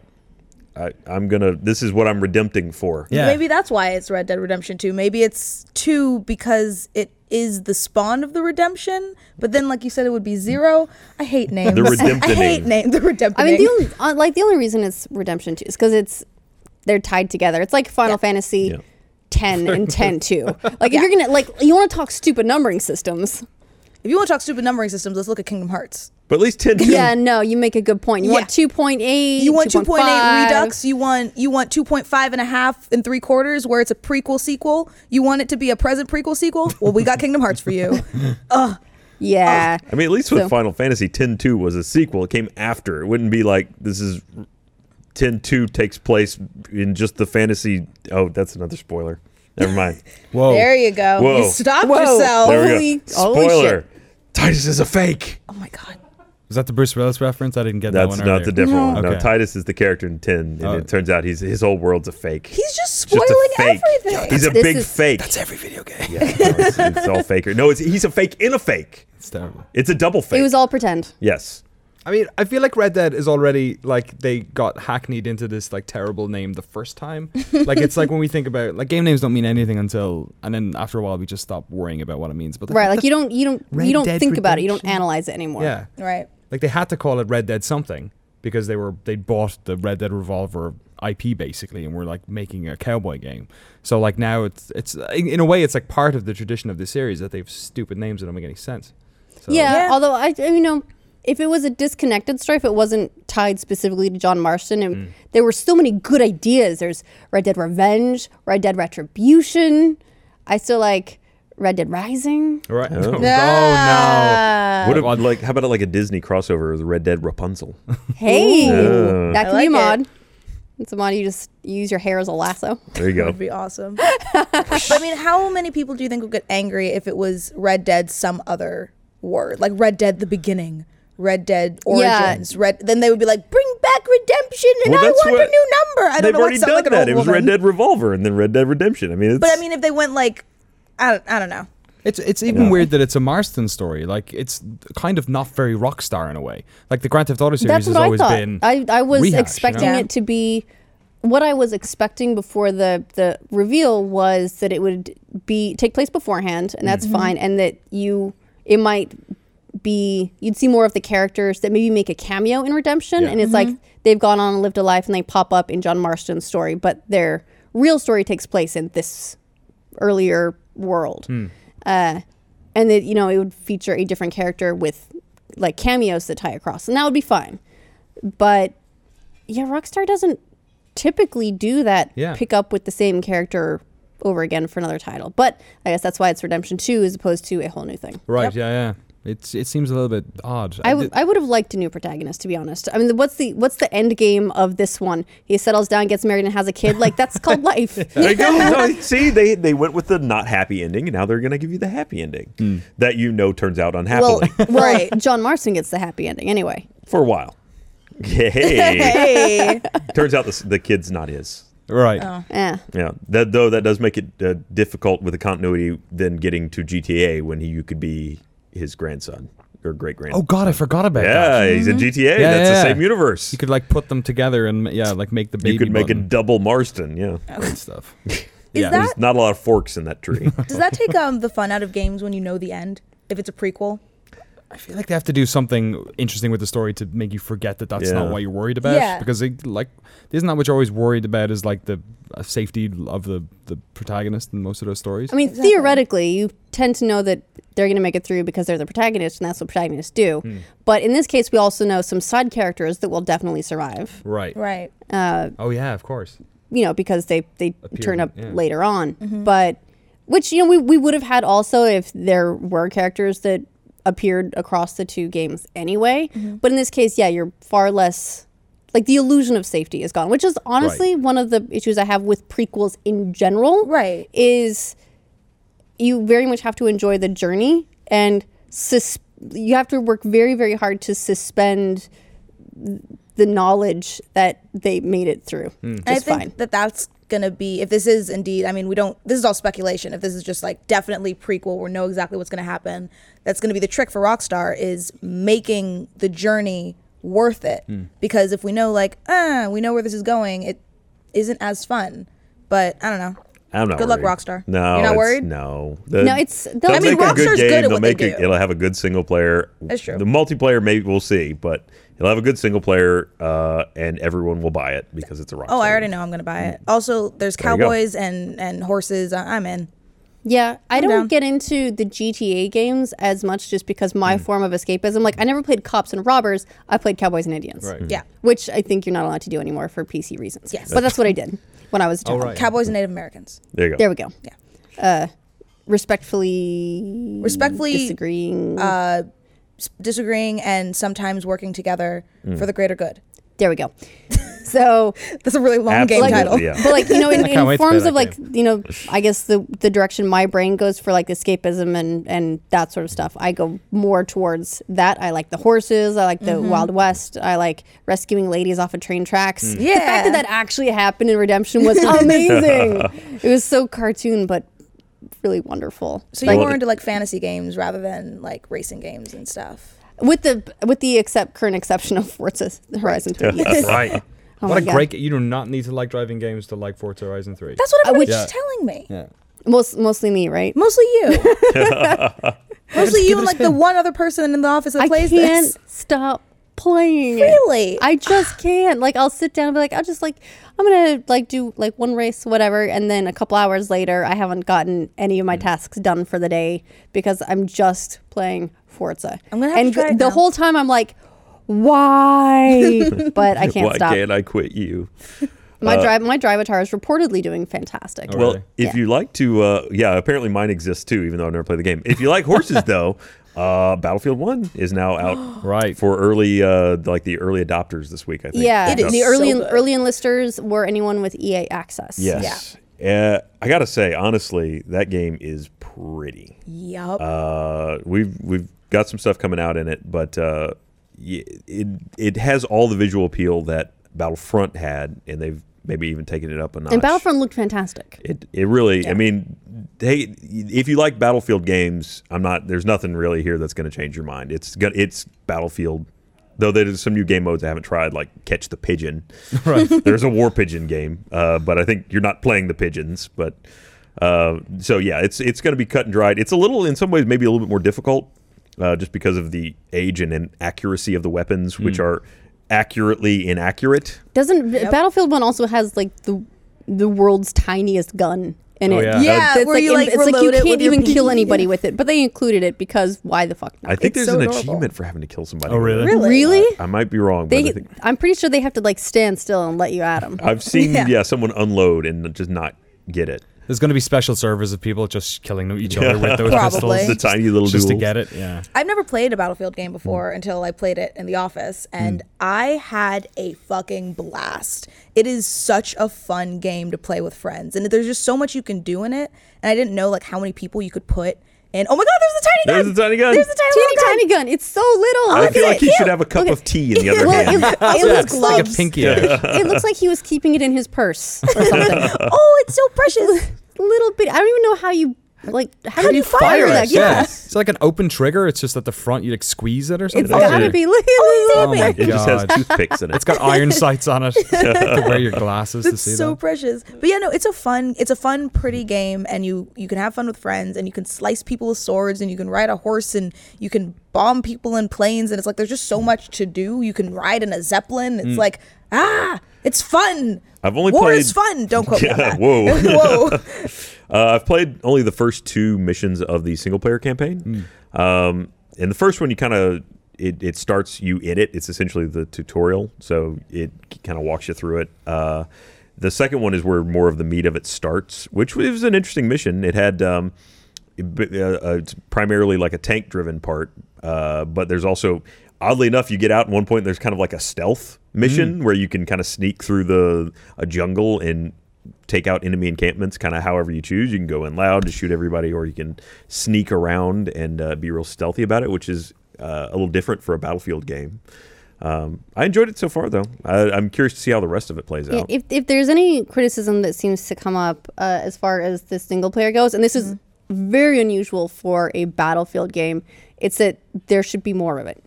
like, I, I'm gonna. This is what I'm redempting for. Yeah. Maybe that's why it's Red Dead Redemption 2. Maybe it's 2 because it is the spawn of the redemption, but then like you said it would be 0. I hate names. I redemptioning. hate name the redemption. I mean, the only uh, like the only reason it's Redemption Two is because it's they're tied together. It's like Final Fantasy. Yeah. 10 and 10 too. Like if you're going to like you want to talk stupid numbering systems. if you want to talk stupid numbering systems, let's look at Kingdom Hearts. But at least ten. Yeah, no, you make a good point. You want Yeah. 2.8, You want 2.8 2.5. redux, you want you want 2.5 and a half and 3 quarters where it's a prequel sequel. You want it to be a present prequel sequel? Well, we got Kingdom Hearts for you. Yeah. Oh, I mean, at least with So- Final Fantasy, 10-2 was a sequel. It came after. It wouldn't be like this is 10-2 takes place in just the fantasy. Oh, that's another spoiler. Never mind. whoa There you go. Whoa. You stopped Whoa. yourself. There we Holy- go. holy Spoiler. shit. Titus is a fake. Oh my god. was that the bruce willis reference i didn't get That's that one not earlier. the different one. No, Okay. Titus is the character in Ten, and Oh. it turns out he's his whole world's a fake. He's just Just spoiling a fake. everything. He's a This big is- fake. That's every video game. Yeah, no, it's, it's all faker. No, it's, he's a fake in a fake. it's terrible It's a double fake. It was all pretend. yes. I mean, I feel like Red Dead is already like they got hackneyed into this like terrible name the first time. like it's like when we think about like game names don't mean anything until and then after a while we just stop worrying about what it means. But Right, like you don't you don't Red you don't Dead think about it. You don't Redemption. analyze it anymore. yeah, Right. like they had to call it Red Dead something because they were they bought the Red Dead Revolver IP basically and were like making a cowboy game. So like now it's it's in in a way it's like part of the tradition of the series that they've stupid names that don't make any sense. So, Yeah, Yeah. although I, I- you know, if it was a disconnected strife, it wasn't tied specifically to John Marston, and there were so many good ideas. There's Red Dead Revenge, Red Dead Retribution. I still like Red Dead Rising. All right. Oh, no. Uh, What if, like how about like a Disney crossover with Red Dead Rapunzel? Hey, Ooh. that I can be a like mod. it. It's a mod you just use your hair as a lasso. There you go. That'd be awesome. but I mean, how many people do you think would get angry if it was Red Dead some other word? Like Red Dead the beginning, Red Dead Yeah. Origins, Red then they would be like, Bring back redemption and Well, I that's want a what- new number. I don't They've know already what sound done like an that. old It was woman. Red Dead Revolver and then Red Dead Redemption. I mean, it's, But I mean if they went like I don't, I don't know. It's it's even Yeah. weird that it's a Marston story. Like it's kind of not very rock star in a way. Like the Grand Theft Auto series That's has what I always thought. been. I, I was rehashed, you know? expecting Yeah. it to be what I was expecting before the, the reveal was that it would be take place beforehand, and Mm-hmm. that's fine, and that you it might be you'd see more of the characters that maybe make a cameo in Redemption, Yeah. and it's like they've gone on and lived a life, and they pop up in John Marston's story, but their real story takes place in this earlier world. Uh, and that, you know, it would feature a different character with like cameos that tie across, and that would be fine. But yeah, Rockstar doesn't typically do that. Yeah. Pick up with the same character over again for another title. But I guess that's why it's Redemption 2 as opposed to a whole new thing. right? Yeah, yeah. It's it seems a little bit odd. I would I would have liked a new protagonist to be honest. I mean, what's the what's the end game of this one? He settles down, gets married, and has a kid. Like that's called life. There you go. oh, No, see, they they went with the not happy ending, and now they're going to give you the happy ending Hmm. that you know turns out Well, unhappily well, Right. John Marston gets the happy ending anyway. for a while. Hey, Hey. turns out the, s- the kid's not his. right. Yeah. Yeah, that though that does make it uh, difficult with the continuity than getting to GTA when he, you could be his grandson or great Oh grandson. God, I forgot about that. yeah, Mm-hmm. he's in GTA. Yeah, That's yeah, the yeah. same universe. You could like put them together and yeah, like make the baby. you could make a button. double Marston. Yeah, great stuff. Is yeah. that- there's not a lot of forks in that tree. Does that take um the fun out of games when you know the end? If it's a prequel? I feel like they have to do something interesting with the story to make you forget that that's Yeah. not what you're worried about. Yeah. Because it, like, isn't that what you're always worried about? Is like the uh, safety of the the protagonist in most of those stories. I mean, theoretically, you tend to know that they're going to make it through because they're the protagonist, and that's what protagonists do. But in this case, we also know some side characters that will definitely survive. right. Right. Oh yeah, of course. you know, because they they turn up yeah. later on. Mm-hmm. But which you know we we would have had also if there were characters that appeared across the two games anyway. Mm-hmm. But in this case, yeah, you're far less like the illusion of safety is gone, which is honestly one of the issues I have with prequels in general. Right. Is you very much have to enjoy the journey and sus- you have to work very very hard to suspend the knowledge that they made it through. Just And I think fine. that that's gonna be if this is indeed. I mean, we don't. This is all speculation. If this is just like definitely prequel, we know exactly what's gonna happen. That's gonna be the trick for Rockstar is making the journey worth it. Because if we know like ah, we know where this is going, it isn't as fun. But I don't know. I'm not. Good luck, worried. Rockstar. No, You're not it's- worried? No, No, it's- They'll they'll- I make mean, a good Rockstar's game. good at they'll what they make a, do. it'll have a good single player. That's true. The multiplayer, maybe we'll see, but it'll have a good single player, uh, and everyone will buy it because it's a Rockstar. Oh, I already game. know I'm gonna buy it. Also, there's you go. cowboys and and horses. I- I'm in. Yeah, I don't down. get into the GTA games as much just because my form of escapism, like I never played cops and robbers, I played cowboys and Indians. Right. Yeah. Which I think you're not allowed to do anymore for PC reasons. Yes. But that's what I did when I was a child. right. Cowboys and Native Americans. There you go. There we go. Uh, Yeah. Mm, Respectfully Respectfully disagreeing. uh, s- disagreeing and sometimes working together Mm. for the greater good. there we go. so That's a really long Absolutely, game title. yeah. but like you know in, can't wait in to play forms that of like you know i guess the the direction my brain goes for like escapism and and that sort of stuff i go more towards that i like the horses i like the wild west i like rescuing ladies off of train tracks the fact Yeah. that that actually happened in redemption was amazing it was so cartoon but really wonderful So you're Well, more into like fantasy games rather than like racing games and stuff. with the with the except current exception of forza horizon 3 yes. Right. Oh what my a God. great! You do not need to like driving games to like Forza Horizon Three. That's what everybody's would- just telling me. yeah. Most, mostly me right Mostly you. Mostly you and like the one other person in the office that I plays can't this. stop playing. it. Really? I just can't. Like I'll sit down and be like, I'll just like I'm gonna like do like one race, whatever, and then a couple hours later I haven't gotten any Mm. of my tasks done for the day because I'm just playing Forza. I'm gonna have and to try it the now. whole time I'm like, why? but I can't Why stop. can't I quit you? My drive my drivatar is reportedly doing fantastic. Oh, Well, Really? if you like to, uh, yeah, apparently mine exists too, even though I've never played the game. If you like horses, though, uh, Battlefield One is now out Right. for early, uh, like the early adopters this week. I think. yeah, It is the so early good. early enlisters were anyone with EA access. Yes. Uh, I gotta say, honestly, that game is pretty. Yup. Uh, we've we've got some stuff coming out in it, but uh, y- it it has all the visual appeal that Battlefront had, and they've maybe even taken it up a notch. And Battlefront looked fantastic. It it really. I mean, hey, if you like Battlefield games, I'm not. There's nothing really here that's going to change your mind. It's gonna, it's Battlefield. Though there's some new game modes I haven't tried, like catch the pigeon. Right. there's a war pigeon game, uh, but I think you're not playing the pigeons. But uh, so yeah, it's it's going to be cut and dried. It's a little, in some ways, maybe a little bit more difficult, uh, just because of the age and, and accuracy of the weapons, which are accurately inaccurate. Doesn't Battlefield One also has like the the world's tiniest gun in Oh, it? yeah. Yeah, That's where you, in- like, it's like you reload it with can't your E even kill pinky. anybody with it, but they included it because why the fuck not? I think It's there's so an adorable. achievement for having to kill somebody. Oh, with it. really? Really? really? I might be wrong, but I they, think I'm pretty sure they have to like stand still and let you at them. I've seen yeah. Yeah. someone unload and just not get it. There's going to be special servers of people just killing each other with those Probably. pistols. The tiny little just to duels. get it. Yeah. I've never played a Battlefield game before Mm. until I played it in the office, and I had a fucking blast. It is such a fun game to play with friends, and there's just so much you can do in it. And I didn't know like how many people you could put. in. oh my god, there's a tiny gun. There's a tiny gun. There's a tiny, Teeny little gun. tiny gun. It's so little. I feel like he should have a cup of tea in the other well, it, hand. it Yeah, looks it's Like a Gloves. pinky. out. it looks like he was keeping it in his purse or something. oh, it's so precious. little bit. I don't even know how you like. How, do you fire that? it? Yeah. It's like an open trigger. It's just at the front. You like squeeze it or something. It's gotta be. Look at Oh it. my It just has God. toothpicks in it. It's got iron sights on it. you can wear your glasses to That's see so that. precious. But yeah, no, it's a fun, it's a fun, pretty game, and you you can have fun with friends, and you can slice people with swords, and you can ride a horse, and you can bomb people in planes, and it's like there's just so much to do. You can ride in a zeppelin. It's like ah, it's fun. Mm. I've only war played- is fun. Don't quote me on Yeah, that. whoa. whoa. Uh, I've played only the first two missions of the single player campaign. Hmm. Um, and the first one, you kind of it, it starts you in it. It's essentially the tutorial, so it kind of walks you through it. Uh, the second one is where more of the meat of it starts, which was an interesting mission. It had um, it- but, uh, uh, it's primarily like a tank driven part, uh, but there's also oddly enough you get out at one point there's kind of like a stealth mission where you can kind of sneak through the a jungle and take out enemy encampments kind of however you choose you can go in loud to shoot everybody or you can sneak around and uh, be real stealthy about it which is uh, a little different for a battlefield game um, i enjoyed it so far though I, i'm curious to see how the rest of it plays out If, if there's any criticism that seems to come up uh, as far as the single player goes, and this is very unusual for a Battlefield game, it's that there should be more of it.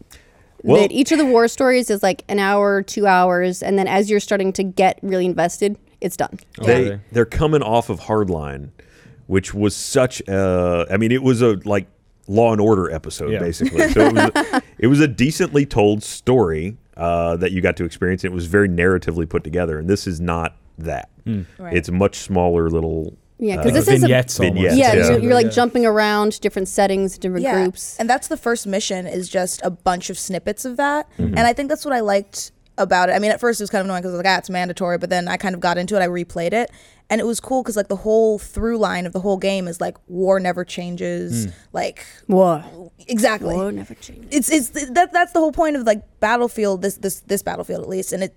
Well- that each of the war stories is like an hour, two hours, and then as you're starting to get really invested, it's done. Okay. they they're coming off of Hardline, which was such a. I mean, it was a like Law and Order episode Yeah. basically. So it was, a, it was a decently told story uh, that you got to experience. It was very narratively put together, and this is not that. Right. It's a much smaller little. uh, Yeah, because this is a vignettes almost. vignettes, yeah, Yeah. You're, you're like Yeah. jumping around different settings, different groups. And that's the first mission is just a bunch of snippets of that. Mm-hmm. And I think that's what I liked about it. I mean, at first it was kind of annoying because I was like, ah, it's mandatory. But then I kind of got into it. I replayed it. And it was cool because like the whole through line of the whole game is like war never Mm. changes. Like War, exactly. war never changes. It's it's that that's the whole point of like battlefield this this this battlefield at least. And it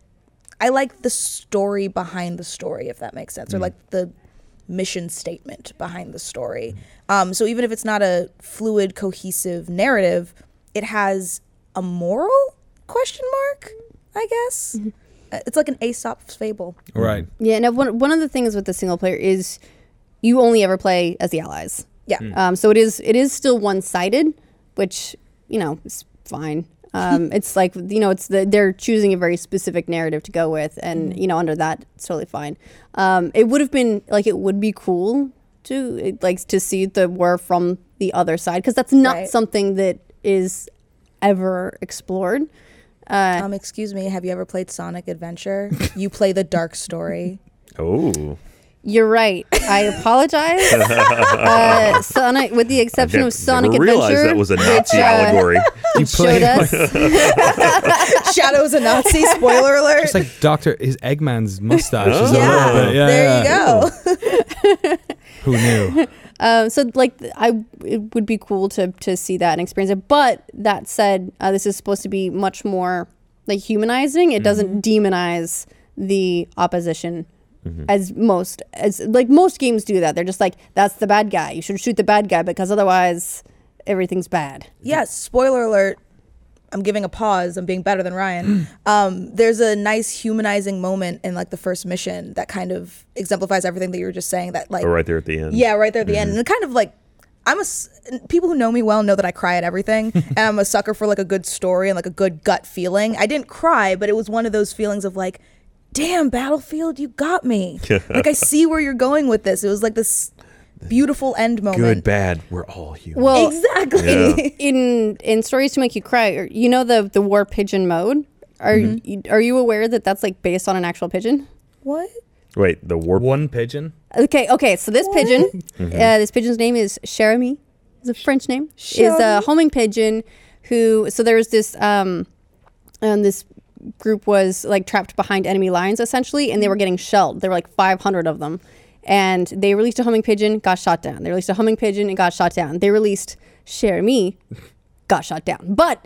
I like the story behind the story if that makes Mm. sense or like the mission statement behind the story. Um, so even if it's not a fluid, cohesive narrative, it has a moral question mark, I guess. Mm-hmm. Uh, It's like an Aesop's fable. Right. Yeah, now one one of the things with the single player is you only ever play as the allies. Yeah. Mm. Hmm. Um, so it is it is still one sided, which you know is fine. Um, it's like you know it's the, they're choosing a very specific narrative to go with, and Hmm. you know under that it's totally fine. Um, it would have been like it would be cool to like to see the war from the other side because that's not Right. something that is ever explored. Um, excuse me, have you ever played Sonic Adventure? you play the dark story. Oh, You're right. I apologize. uh, Sonic, with the exception of Sonic never realized Adventure, that was a Nazi uh, allegory. You showed us. Shadow's a Nazi, spoiler alert. It's like Doctor his Eggman's mustache. Oh, is a yeah, little bit- yeah, there you yeah. go. Who knew? Um, so like th- I, it would be cool to to see that and experience it. But that said, uh, this is supposed to be much more like humanizing. It doesn't demonize the opposition as most as like most games do that. They're just like that's the bad guy. You should shoot the bad guy because otherwise everything's bad. yes, spoiler alert. I'm giving a pause. I'm being better than Ryan. Um, there's a nice humanizing moment in like the first mission that kind of exemplifies everything that you were just saying. That like, Oh, right there at the end. yeah, right there at the end, and it kind of like. I'm a s- people who know me well know that I cry at everything, and I'm a sucker for like a good story and like a good gut feeling. I didn't cry, but it was one of those feelings of like, "Damn, Battlefield, you got me!" like I see where you're going with this. It was like this beautiful end moment. Good, bad. We're all human. Well, Exactly. in in stories to make you cry, or- you know the the war pigeon mode. Are you, are you aware that that's like based on an actual pigeon? what? Wait, the warp. One pigeon. Okay, okay. So this pigeon, uh, this pigeon's name is Jeremy. It's a French name. Is a Jeremy. homing pigeon who. So there was this um, and this group was like trapped behind enemy lines essentially, and they were getting shelled. There were like 500 of them, and they released a homing pigeon, got shot down. They released a homing pigeon and got shot down. They released Jeremy, got shot down, but.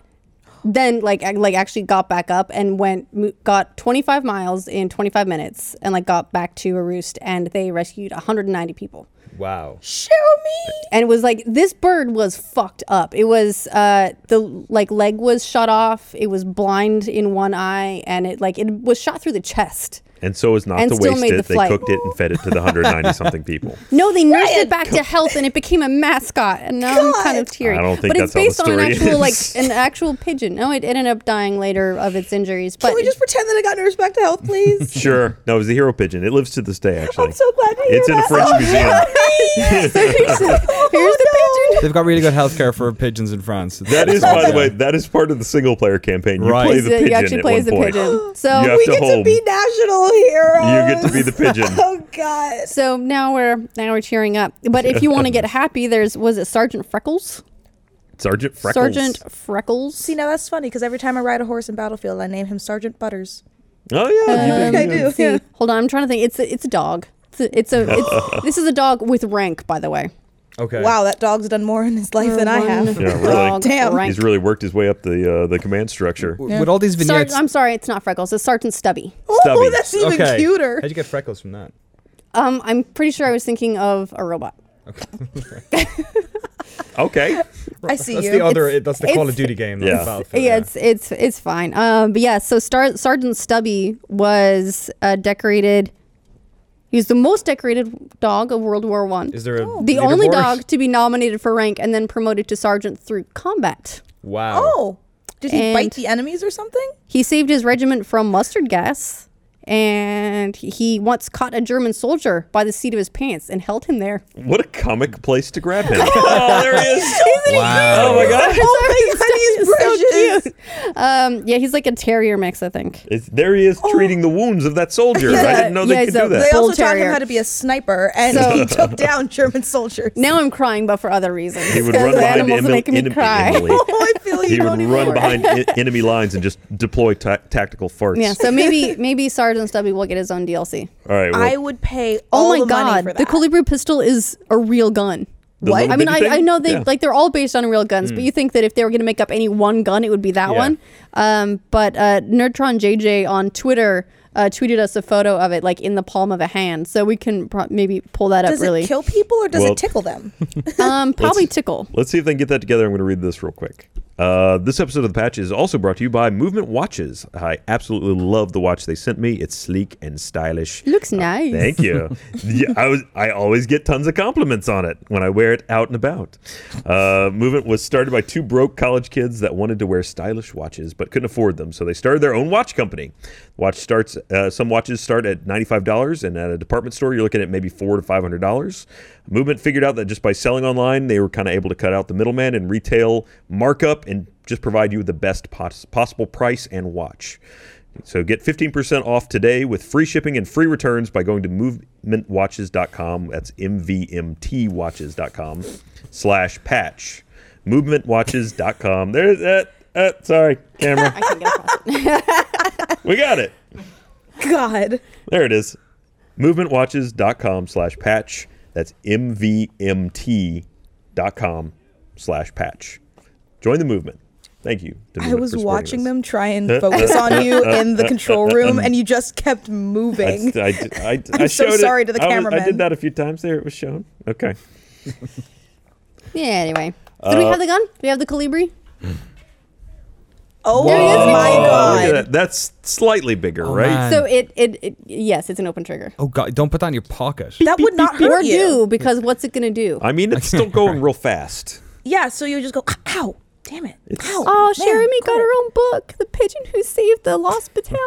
Then, like, ac- like actually got back up and went, mo- got 25 miles in 25 minutes, and like got back to a roost, and they rescued 190 people Wow. Show me. and it was like this bird was fucked up. It was uh the like leg was shut off. It was blind in one eye, and it like it was shot through the chest. And so as not And to still waste made the it, they flight. cooked it and fed it to the 190 something people. No, they nursed it back to health, and it became a mascot. And now I'm kind of teary. I don't think but that's it's how based the on an story actual is. like an actual pigeon. No, it, it ended up dying later of its injuries. But Can we just pretend that it got nursed back to health, please? Sure. No, it was a hero pigeon. It lives to this day, actually. I'm so glad to hear It's in a that. Oh, French museum. here's the They've got really good healthcare for pigeons in France. That is, by the way, that is part of the single player campaign. You Right. play Is the So pigeon you actually at play one as a point. pigeon. So You have we to get to hold. be national heroes. You get to be the pigeon. Oh god. So now we're now we're cheering up. But if you want to get happy, there's was it Sergeant Freckles? Sergeant Freckles. Sergeant Freckles. See now that's funny because every time I ride a horse in Battlefield, I name him Sergeant Butters. Oh Um, yeah, you I did. do. See, hold on, I'm trying to think. It's a, it's a dog. It's a, it's a it's, this is a dog with rank, by the way. Okay. Wow, that dog's done more in his life than I have. Yeah, really. Dog Damn. rank. He's really worked his way up the uh, the command structure. W- With all these Sar- vignettes. I'm sorry, it's not Freckles. It's Sergeant Stubby. Oh, Stubby. that's even okay. cuter. How'd you get freckles from that? Um, I'm pretty sure I was thinking of a robot. Okay. I see That's you. the other. It's- It, that's the Call of it's- Duty game. Yeah. Yeah. Battlefield, yeah, it's it's it's fine. Um, but yeah, so Star- Sergeant Stubby was uh, decorated. He was the most decorated dog of World War One. Is there a Oh. the only leaderboard? dog to be nominated for rank and then promoted to sergeant through combat. Wow. oh, did he And- bite the enemies or something? He saved his regiment from mustard gas, and he once caught a German soldier by the seat of his pants and held him there. What a comic place to grab him. oh, there he is. Wow. Oh my god. Oh my god, he's precious. Um, yeah, he's like a terrier mix, I think. It's, there he is treating the wounds of that soldier. I Yeah, didn't know Oh. yeah, they could he's a- do that. They Bull also taught him terrier. how to be a sniper, and So- he took down German soldiers. Now I'm crying, but for other reasons. He would 'Cause run the behind animals Emil- making me enem- cry. Emily. oh, I feel you. He don't would even run know. behind en- enemy lines and just deploy ta- tactical farts. yeah, so maybe maybe Sergeant Stubby will get his own DLC. All right. Well, I would pay. Oh all my the money god, for the that. Colibri pistol is a real gun. The What? little I mean, bitty I, thing? I know they Yeah. Hmm. like they're all based on real guns, but you think that if they were going to make up any one gun, it would be that Yeah. one. Um, but uh, Nerdtron JJ on Twitter uh, tweeted us a photo of it, like in the palm of a hand, so we can pro- maybe pull that Does up. Really, it kill people or does Well- it tickle them? um, probably tickle. Let's see if they can get that together. I'm going to read this real quick. Uh, this episode of The Patch is also brought to you by Movement Watches. I absolutely love the watch they sent me. It's sleek and stylish. Looks nice. Oh, Thank you. yeah, I was. I always get tons of compliments on it when I wear it out and about. Uh, Movement was started by two broke college kids that wanted to wear stylish watches but couldn't afford them, so they started their own watch company. Watch starts. Uh, some watches start at ninety-five dollars, and at a department store, you're looking at maybe four to five hundred dollars. Movement figured out that just by selling online, they were kind of able to cut out the middleman and retail markup, and just provide you with the best pos- possible price and watch. So get 15% off today with free shipping and free returns by going to movementwatches.com. That's mvmtwatches.com slash patch. Movementwatches.com. There's that. Uh, sorry, camera. I can get across it. we got it. God. There it is. Movementwatches.com slash patch. That's mvmt.com slash patch. Join the movement. Thank you. to I Movement was for supporting watching this. them try and focus on you in the control room, and you just kept moving. I, I, I, I I'm so showed it. sorry to the I was- I cameraman. did that a few times there. It was shown. Okay. Yeah. Anyway, Uh, so do we have the gun? Do we have the Colibri? Oh Whoa. my Look at god! that. That's slightly bigger, right? man. So it, it it yes, it's an open trigger. Oh god! Don't put that in your pocket. That would not Or hurt you. do because what's it going to do? I mean, it's still going real fast. Yeah, so you would just go, "Ah, ow, damn it, ow. Oh, man, Jeremy got quick." her own book, The Pigeon Who Saved the Lost Battalion.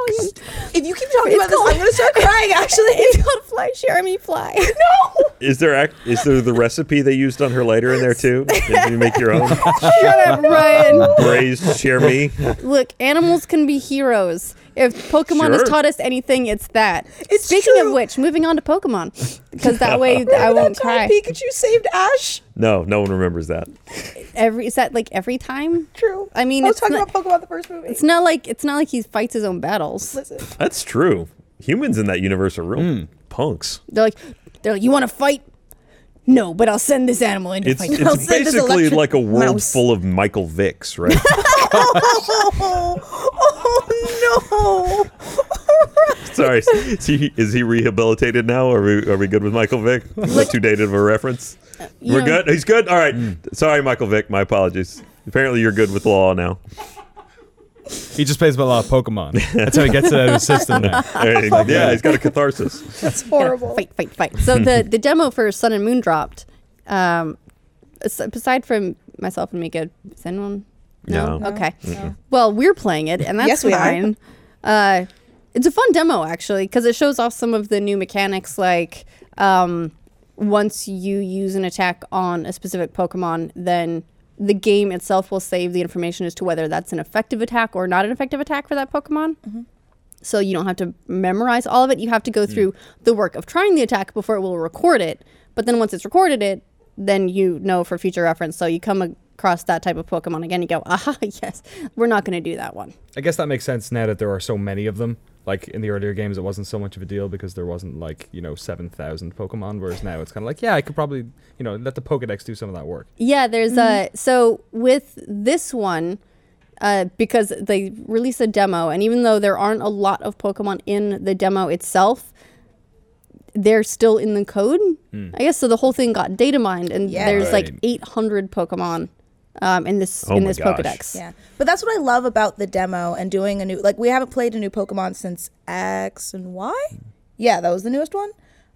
If you keep talking It's about this, called- I'm gonna start crying. Actually, it's called Fly, Jeremy Fly. No! Is there act, is there the recipe they used on her later in there too? Did you make your own Shut up, Ryan. braised share me? Look, animals can be heroes. If Pokemon Sure. has taught us anything, it's that. It's Speaking of true. which, moving on to Pokemon, because that way I Remember won't that time cry. Pikachu saved Ash. No, no one remembers that. Every is that like every time? True. I mean, I was it's talking not- about Pokemon the first movie. It's not like it's not like he fights his own battles. Listen, That's true. Humans in that universe are real punks. They're like, they're like, you want to fight? No, but I'll send this animal in to It's fight. it's I'll say this basically electric like a world mouse. full of Michael Vicks, right? oh, oh no! Sorry, is he, is he rehabilitated now? Are we are we good with Michael Vick? Is that too dated of a reference? you We're know- good. He's good. All right. Sorry, Michael Vick. My apologies. Apparently, you're good with law now. He just plays with a lot of Pokemon. That's how he gets it out of his system. Now. yeah, he's got a catharsis. That's horrible. fight, fight, fight. So the the demo for Sun and Moon dropped. Um, as- aside from myself and Mika, is anyone? No. Okay. Well, we're playing it, and that's Yes, we are. fine. Uh, it's a fun demo actually because it shows off some of the new mechanics, like um, once you use an attack on a specific Pokemon, then the game itself will save the information as to whether that's an effective attack or not an effective attack for that Pokemon. Mm-hmm. So you don't have to memorize all of it. You have to go through the work of trying the attack before it will record it. But then once it's recorded it, then you know for future reference. So you come across that type of Pokemon again, you go, aha, yes, we're not going to do that one. I guess that makes sense now that there are so many of them. Like in the earlier games, it wasn't so much of a deal because there wasn't like you know seven thousand Pokemon. Whereas now it's kind of like, yeah, I could probably you know let the Pokedex do some of that work. Yeah, there's Mm-hmm. a so with this one uh, because they released a demo, and even though there aren't a lot of Pokemon in the demo itself, they're still in the code. Hmm. I guess so. The whole thing got data mined, and Yeah. there's like Right. 800 Pokemon um, in this Oh in my this gosh. Pokedex. Yeah. But that's what I love about the demo and doing a new like we haven't played a new Pokemon since X and Y. Yeah, that was the newest one.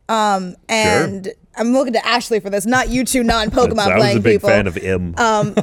Um and I'm looking to Ashley for this, not you two non Pokemon I was playing a big people. fan of M. Um,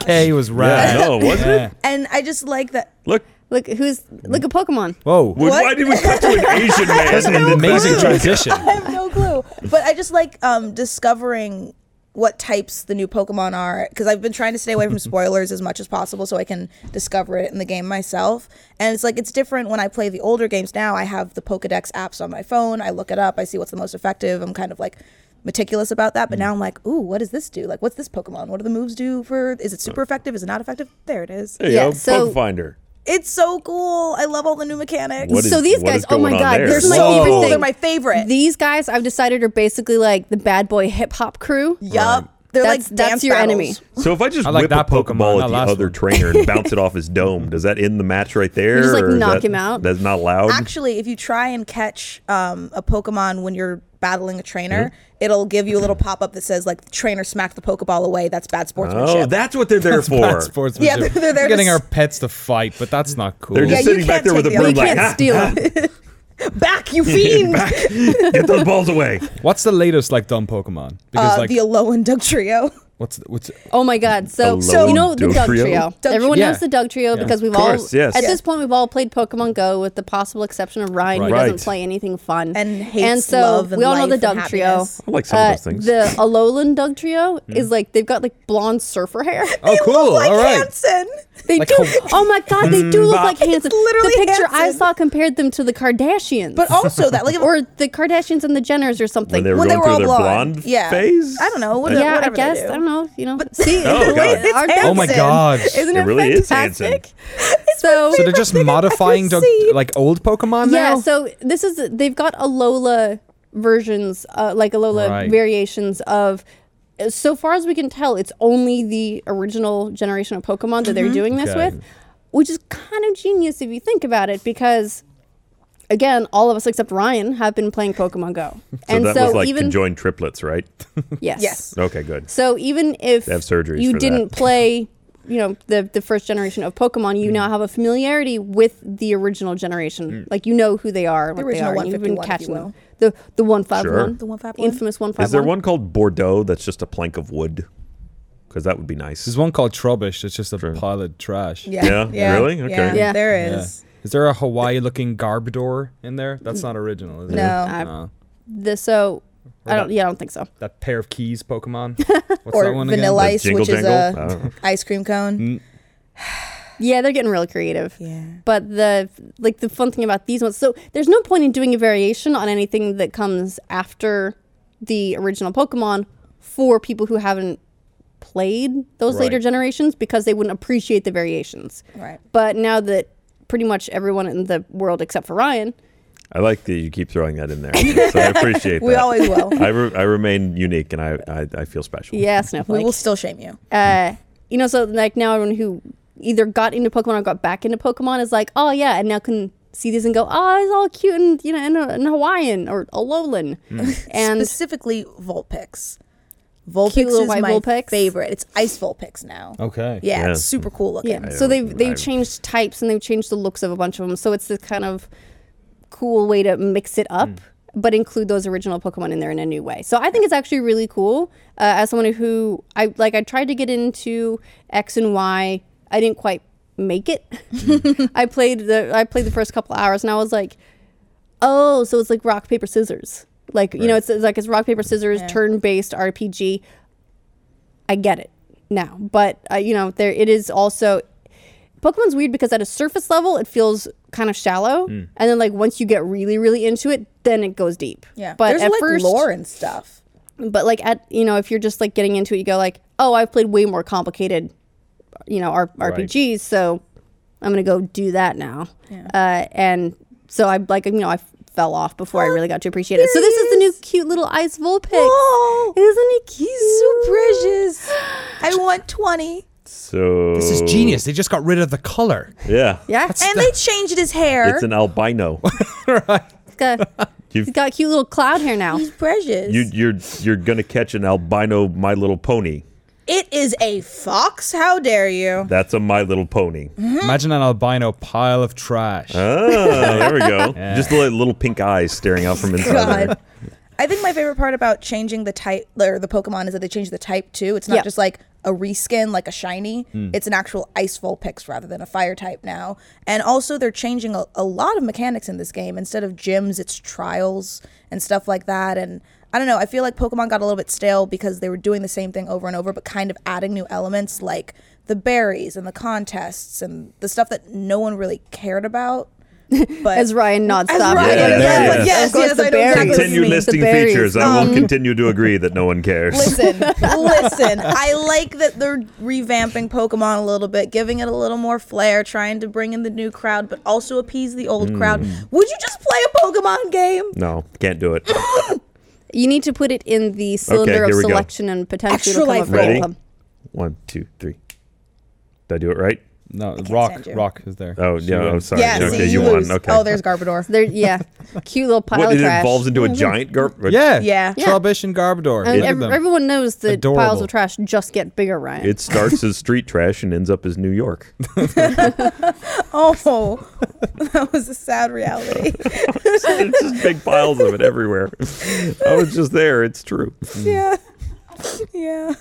K was yeah, rad. no, wasn't it? and I just like that Look, Look who's Hmm. look at Pokemon. Whoa, would- why did we cut to an Asian man? that's an in the amazing background? transition. I have no clue. But I just like um, discovering what types the new Pokemon are because I've been trying to stay away from spoilers as much as possible so I can discover it in the game myself. And it's like it's different when I play the older games now. I have the Pokedex apps on my phone. I look it up. I see what's the most effective. I'm kind of like meticulous about that. But now I'm like, ooh, what does this do? Like, what's this Pokemon? What do the moves do for? Is it super effective? Is it not effective? There it is. There you Yeah, go, so- Bug Finder. It's so cool. I love all the new mechanics. What is- so these what guys, is oh my going on god, there? this is my They're so favorite cool. thing. They're my favorite. These guys I've decided are basically like the bad boy hip hop crew. Yup. They're That's- like that's dance your battles. enemy. So if I just I like whip that a Pokemon, Pokeball that at the last other one. trainer and bounce it off his dome, does that end the match right there? just, like, or is knock that- him out? That's not allowed. Actually, if you try and catch um, a Pokemon when you're battling a trainer, it'll give you a little pop up that says like "Trainer smacked the Pokeball away." That's bad sportsmanship. oh, that's what they're there for. Bad sportsmanship. Yeah, they're- they're We're getting just- our pets to fight, but that's not cool. They're just Yeah, you sitting back can't there with a take the broom other- like, Can't ah, steal ah, Back, you fiend! get those balls away. What's the latest like dumb Pokemon? Because Uh, like the Alolan Doug Trio. what's what's Oh my God! So, Hello, so you know the Doug Doug Trio? Trio. Doug- Everyone Yeah. knows the Doug Trio Yeah. because we've Of course, all, yes. at Yeah. this point, we've all played Pokemon Go, with the possible exception of Ryan, who Right. doesn't Right. play anything fun. And hates so love and we all know life the and Doug Trio. happiness. I like some of those things. Hmm. The Alolan Doug Trio is like they've got like blonde surfer hair. oh cool like all right Hanson. They Like do. Hawaii- Oh my God, they do Hmm. look Mbop. like Hanson. literally the picture I Hanson. saw compared them to the Kardashians, But uh, also that, like, if, or the Kardashians and the Jenners or something. When they were when they going were through all their blonde. blonde, Yeah. phase? I don't know, what- Uh, yeah, I whatever they guess do. I don't know. You know, see, Oh, God. It's our Hanson. oh my Hanson. gosh Isn't it, It really is fantastic? Hanson. so, so they're just thing I've ever modifying Doug, seen. like old Pokemon yeah, now so this is they've got Alola versions, uh, like Alola Right. variations of. So far as we can tell, it's only the original generation of Pokemon that they're doing this Okay. with, which is kind of genius if you think about it, because again, all of us except Ryan have been playing Pokemon Go, So and that so was like even conjoined triplets, right? yes, Yes. okay, good. So even if have surgeries you for that. didn't play, you know, the the first generation of Pokemon, Mm. you now have a familiarity with the original generation. Like you know who they are, what they original are. and You've been 151, if catching you them. The the one five Sure. one, The 151. infamous one five one. Is there one called Bordeaux that's just a plank of wood? Because that would be nice. there's one called Trubbish it's just a pile of trash Yeah. Yeah? Really? Yeah. Okay. Yeah. There Yeah. is. is there a Hawaii looking Garbodor in there that's not original is it Uh, No. I- No. The, so I about- don't. Yeah, I don't think so. that pair of keys Pokemon what's Or that one vanilla again Mm. ice, Jingle which is jangle? I don't know. a ice cream cone. Yeah, they're getting really creative. Yeah. But the like the fun thing about these ones, so there's no point in doing a variation on anything that comes after the original Pokemon for people who haven't played those Right. later generations because they wouldn't appreciate the variations. Right. But now that pretty much everyone in the world except for Ryan, I like that you keep throwing that in there. so I appreciate We that. always will. I, re- I remain unique and I, I, I feel special. yeah, Snowflake. we will still shame you. uh, you know, so like now everyone who either got into Pokemon or got back into Pokemon is like, oh yeah, and now can see these and go, oh, it's all cute and you know, and, and Hawaiian or Alolan, and specifically Vulpix. Vulpix little is white my Vulpix. favorite. It's ice Vulpix now. okay Yeah, Oh, Yeah. it's super cool looking. yeah. So they've I- they've changed types and they've changed the looks of a bunch of them. So it's this kind of cool way to mix it up. But include those original Pokemon in there in a new way. So I think it's actually really cool. Uh, as someone who I like, I tried to get into X and Y. I didn't quite make it. I played the I played the first couple hours and I was like, oh, so it's like rock paper scissors. Like you know, it's, it's like it's rock paper scissors turn based RPG. I get it now, but uh, you know there it is also. Pokemon's weird because at a surface level it feels kind of shallow, and then like once you get really really into it, then it goes deep. Yeah, but there's at like first, lore and stuff. but like at you know if you're just like getting into it you go like oh i've played way more complicated you know R- rpgs so i'm gonna go do that now uh, and so i like you know i f- fell off before i really got to appreciate it so this is the new cute little ice vulpix Oh, isn't it cute so precious. I want twenty. So This is genius. They just got rid of the color. Yeah, yeah And they changed his hair. it's an albino. it's got, it's You've- got cute little cloud hair now He's precious. you, you're you're gonna catch an albino My Little Pony. it is a fox. How dare you? That's a My Little Pony. Mm-hmm. Imagine an albino pile of trash. Ah, there we go. Just like little pink eyes staring out from inside. of her. God. I think my favorite part about changing the type or the Pokemon is that they changed the type too. It's not Yeah. Mm. just like a reskin, like a shiny. It's an actual ice Vulpix rather than a fire type now. And also, they're changing a, a lot of mechanics in this game. Instead of gyms, it's trials and stuff like that. And I don't know. I feel like Pokemon got a little bit stale because they were doing the same thing over and over, but kind of adding new elements like the berries and the contests and the stuff that no one really cared about. But as ryan nods As stop Ryan- Yeah, yeah, yeah. Yes, Of course, yes, the I know exactly berries. what you Continue mean. Oh. listing The berries. Um, features. I will continue to agree that no one cares. Listen, listen. I like that they're revamping Pokemon a little bit, giving it a little more flair, trying to bring in the new crowd, but also appease the old crowd. Hmm. Would you just play a Pokemon game? No, can't do it. you need to put it in the cylinder here of we go. selection and potentially Extra it'll come life up with a Ready? club. One, two, three. Did I do it right? No, stand rock, you. rock is there. Oh, She yeah. wins. I'm sorry. Yeah, okay, see, you you, lose. won. Okay. Oh, there's Garbodor. there yeah cute little pile What, of it trash Mm-hmm. evolves into a giant garbage. Yeah, Yeah. Yeah. Trubbish and Garbodor. And Look at ev- them. everyone knows that piles Adorable. of trash just get bigger, Ryan. It starts as street trash and ends up as New York. Oh, that was a sad reality. Hmm. it's just big piles of it everywhere. I was just there. It's true. yeah. Yeah.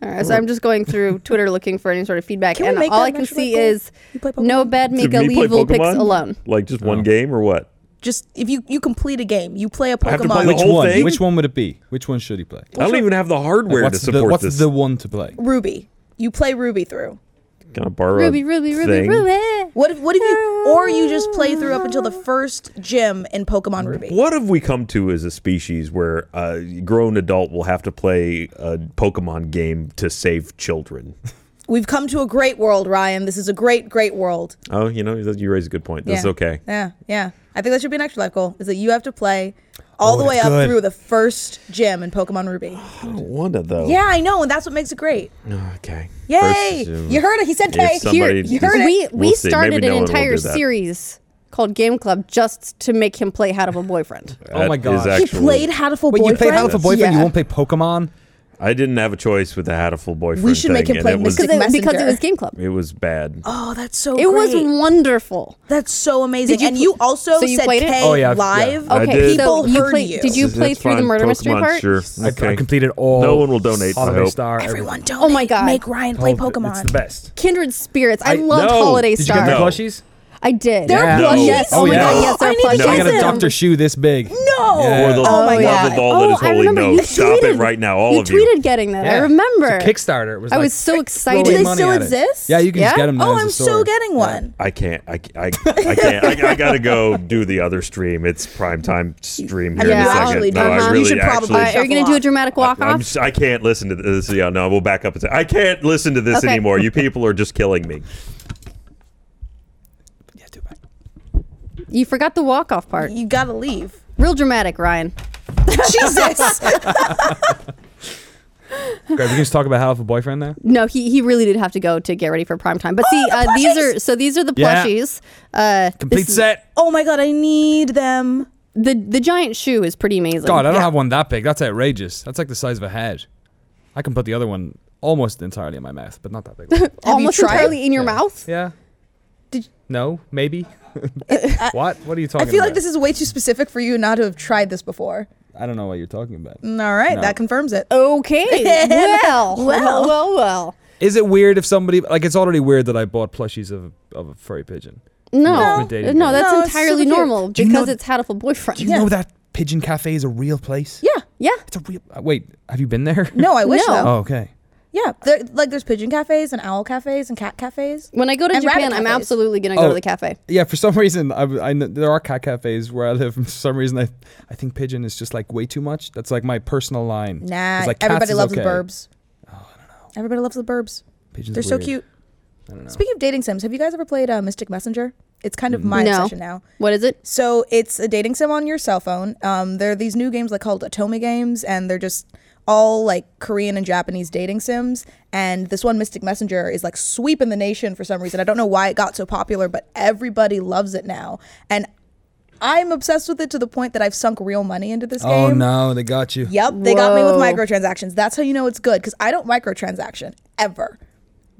all right, so I'm just going through Twitter looking for any sort of feedback, Can we and make all that I can an actual see goal? is You play Pokemon? no bad Did make a me play leave picks Pokemon? alone. Like just Oh. one game or what? Just if you you complete a game, you play a have to Pokemon. play the Which whole one? thing? Which one would it be? Which one should he play? I don't even have the hardware what's to support the, what's this. the one to play? Ruby. You play Ruby through. Can I borrow a Ruby, Ruby, Ruby, thing? Ruby. What if, what if you or you just play through up until the first gym in Pokemon Ruby? What have we come to as a species where a grown adult will have to play a Pokemon game to save children? We've come to a great world, Ryan. This is a great, great world. Oh, you know, you raise a good point. That's Yeah. okay. Yeah, yeah. I think that should be an extra life goal. Is that you have to play all Oh, the way that's up good. Oh. through the first gym in Pokemon Ruby. I don't want it though. yeah, I know, and that's what makes it great. Oh, Okay. Yay! First, uh, you heard it. He said, "Hey, if somebody here, you just- heard it." We we We'll see. started Maybe an no one will entire do that. series called Game Club just to make him play How to Have a Boyfriend. Oh my that gosh. is He he actually- played How to Full Wait, Boyfriend. you played How to Boyfriend, Yeah. you won't play Pokemon? I didn't have a choice with the Hatful boyfriend. We should make thing, him play and it was, Because it, Mystic because it Messenger. was Game Club. it was bad. Oh, that's so. It was great. wonderful. That's so amazing. Did you and pl- you also so you said, played it? "Hey, Oh, yeah, live." I Okay, did. so People you heard played. you. Did you That's play through the fine. murder Pokemon, mystery part? Sure. I- Okay. I, completed all. No one will donate, Holiday I hope. Star. Everyone, everything. don't. Oh my God. Make Ryan play Oh, Pokemon. It's the best. Kindred Spirits. I, I- loved No. Holiday Did you Did you Star. get the No. plushies? I did. There are No. plushies. Yes. Oh, Oh, my yeah. God. Yes, there I are need to plushies. get I got Jason. a Dr. Shoe this big. No. For Yeah. the Oh love my of God. all that Oh, is I holy, remember no! you Stop it tweeted- right now, all you of tweeted you. getting that. Yeah. I remember. It's a Kickstarter. It was I like was so excited. throwing Do they money still at it. exist? Yeah, you can just Yeah? get them. Oh, as a I'm store. so getting Yeah. one. I can't. I, I, I can't. I, I gotta go do the other stream. It's prime time stream here mean, in you a second. actually no, do. I Uh-huh. You really should probably- actually. All right, are you going to do a dramatic walk I'm, off? s- I can't listen to this. Yeah, no, we'll back up and say I can't listen to this Okay. anymore. You people are just killing me. Yeah, too bad. You forgot the walk off part. You gotta leave. Real dramatic, Ryan. Jesus. Great, we can just talk about How to Have a Boyfriend now? No, he, he really did have to go to get ready for prime time. But see, Oh, the uh, these plushies! are so these are the Yeah. plushies. Uh, Complete this- set. oh my god, I need them. The the giant shoe is pretty amazing. God, I don't Yeah. have one that big. That's outrageous. That's like the size of a head. I can put the other one almost entirely in my mouth, but not that big. one. Have you almost tried? entirely in your mouth. yeah. Did- no, maybe. what? What are you talking I about? feel like this is way too specific for you not to have tried this before. Mm, I don't know what you're talking about. All right, No. that confirms it. Oh, Okay. well, well, well, well. Is it weird if somebody like it's already weird that I bought plushies of a, of a furry pigeon? No, We're no, dating guys. that's No, it's entirely super cute. normal you know because th- it's had a full boyfriend. Do you Yeah. know that Pigeon Cafe is a real place? Yeah. Yeah. It's a real. uh, Wait, have you been there? No, I wish No. though. Oh, okay. Yeah, there, like there's pigeon cafes and owl cafes and cat cafes. When I go to And rabbit Japan, I'm cafes. absolutely gonna go Oh. to the cafe. Yeah, for some reason, I, I kn- there are cat cafes where I live. For some reason, I, I think pigeon is just like way too much. That's like my personal line. Nah, It's like, cats everybody is loves okay. Oh, the burbs. Everybody loves the burbs. Pigeon's They're so weird. cute. I don't know. Speaking of dating sims, have you guys ever played uh, Mystic Messenger? It's kind of my No. obsession now. What is it? So it's a dating sim on your cell phone. Um, there are these new games like called Atomi games, and they're just all like Korean and Japanese dating sims. And this one, Mystic Messenger, is like sweeping the nation for some reason. I don't know why it got so popular, but everybody loves it now. And I'm obsessed with it to the point that I've sunk real money into this Oh game. no, they got you. Yep, they got me with Whoa. microtransactions. That's how you know it's good because I don't microtransaction ever.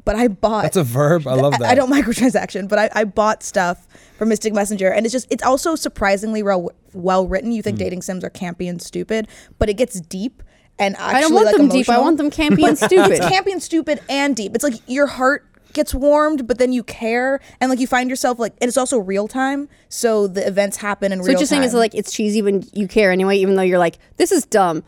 But I bought. That's a verb. I love that. I, I don't microtransaction, but I, I bought stuff from Mystic Messenger, and it's just it's also surprisingly well well written. You think Hmm. dating sims are campy and stupid, but it gets deep and actually I don't want like, them deep. I emotional. want them campy and stupid. It's campy and stupid and deep. It's like your heart gets warmed, but then you care, and like you find yourself like, and it's also real time, so the events happen in So real what you're saying is time. like it's cheesy when you care anyway, even though you're like, this is dumb.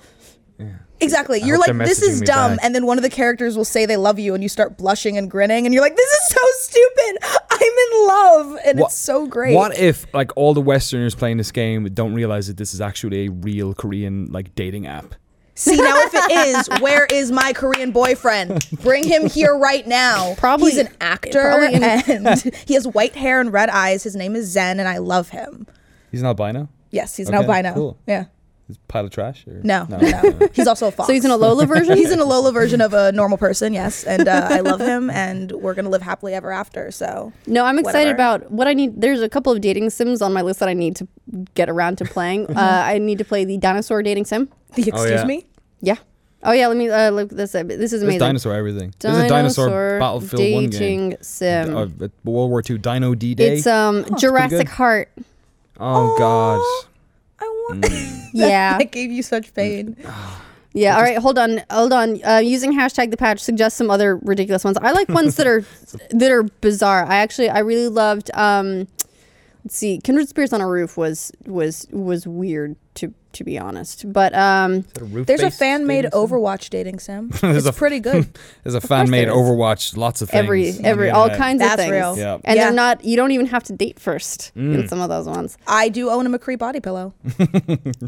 Exactly. You're hope like, they're this messaging is me dumb. back. And then one of the characters will say they love you, and you start blushing and grinning, and you're like, this is so stupid. I'm in love. And Wha- it's so great. What if like all the Westerners playing this game don't realize that this is actually a real Korean like dating app? See, now if it is, where is my Korean boyfriend? Bring him here right now. Probably- He's an actor, probably in- and he has white hair and red eyes. His name is Zen, and I love him. He's an albino. Yes, he's Okay, an albino. cool. Yeah. He's a pile of trash. Or? No, no, no. He's also a fox. So he's an Alola version. He's an Alola version of a normal person, yes. And uh, I love him, and we're going to live happily ever after. So, No, I'm excited Whatever. about what I need. There's a couple of dating sims on my list that I need to get around to playing. uh, I need to play the dinosaur dating sim. excuse yeah. me? Yeah. Oh yeah. Let me uh, look this up. This is There's amazing. dinosaur everything. There's a dinosaur Battlefield One game. dating sim. Uh, World War II Dino D Day. uh, it's Oh, um Jurassic good. Heart. oh God. I want. Mm. Yeah. that gave you such pain. Mm. Yeah. All right. Hold on. Hold on. Uh, using hashtag the patch suggests some other ridiculous ones. I like ones that are that are bizarre. I actually I really loved. Um, let's see, Kindred Spirits on a Roof was was was weird to to be honest. But um, There's a fan made Overwatch dating sim. it's a- pretty good. There's a fan made there is. Overwatch. Lots of things. every on the every all internet. kinds of That's things. real. Yeah. And Yeah. they're not. You don't even have to date first in some of those ones. I do own a McCree body pillow.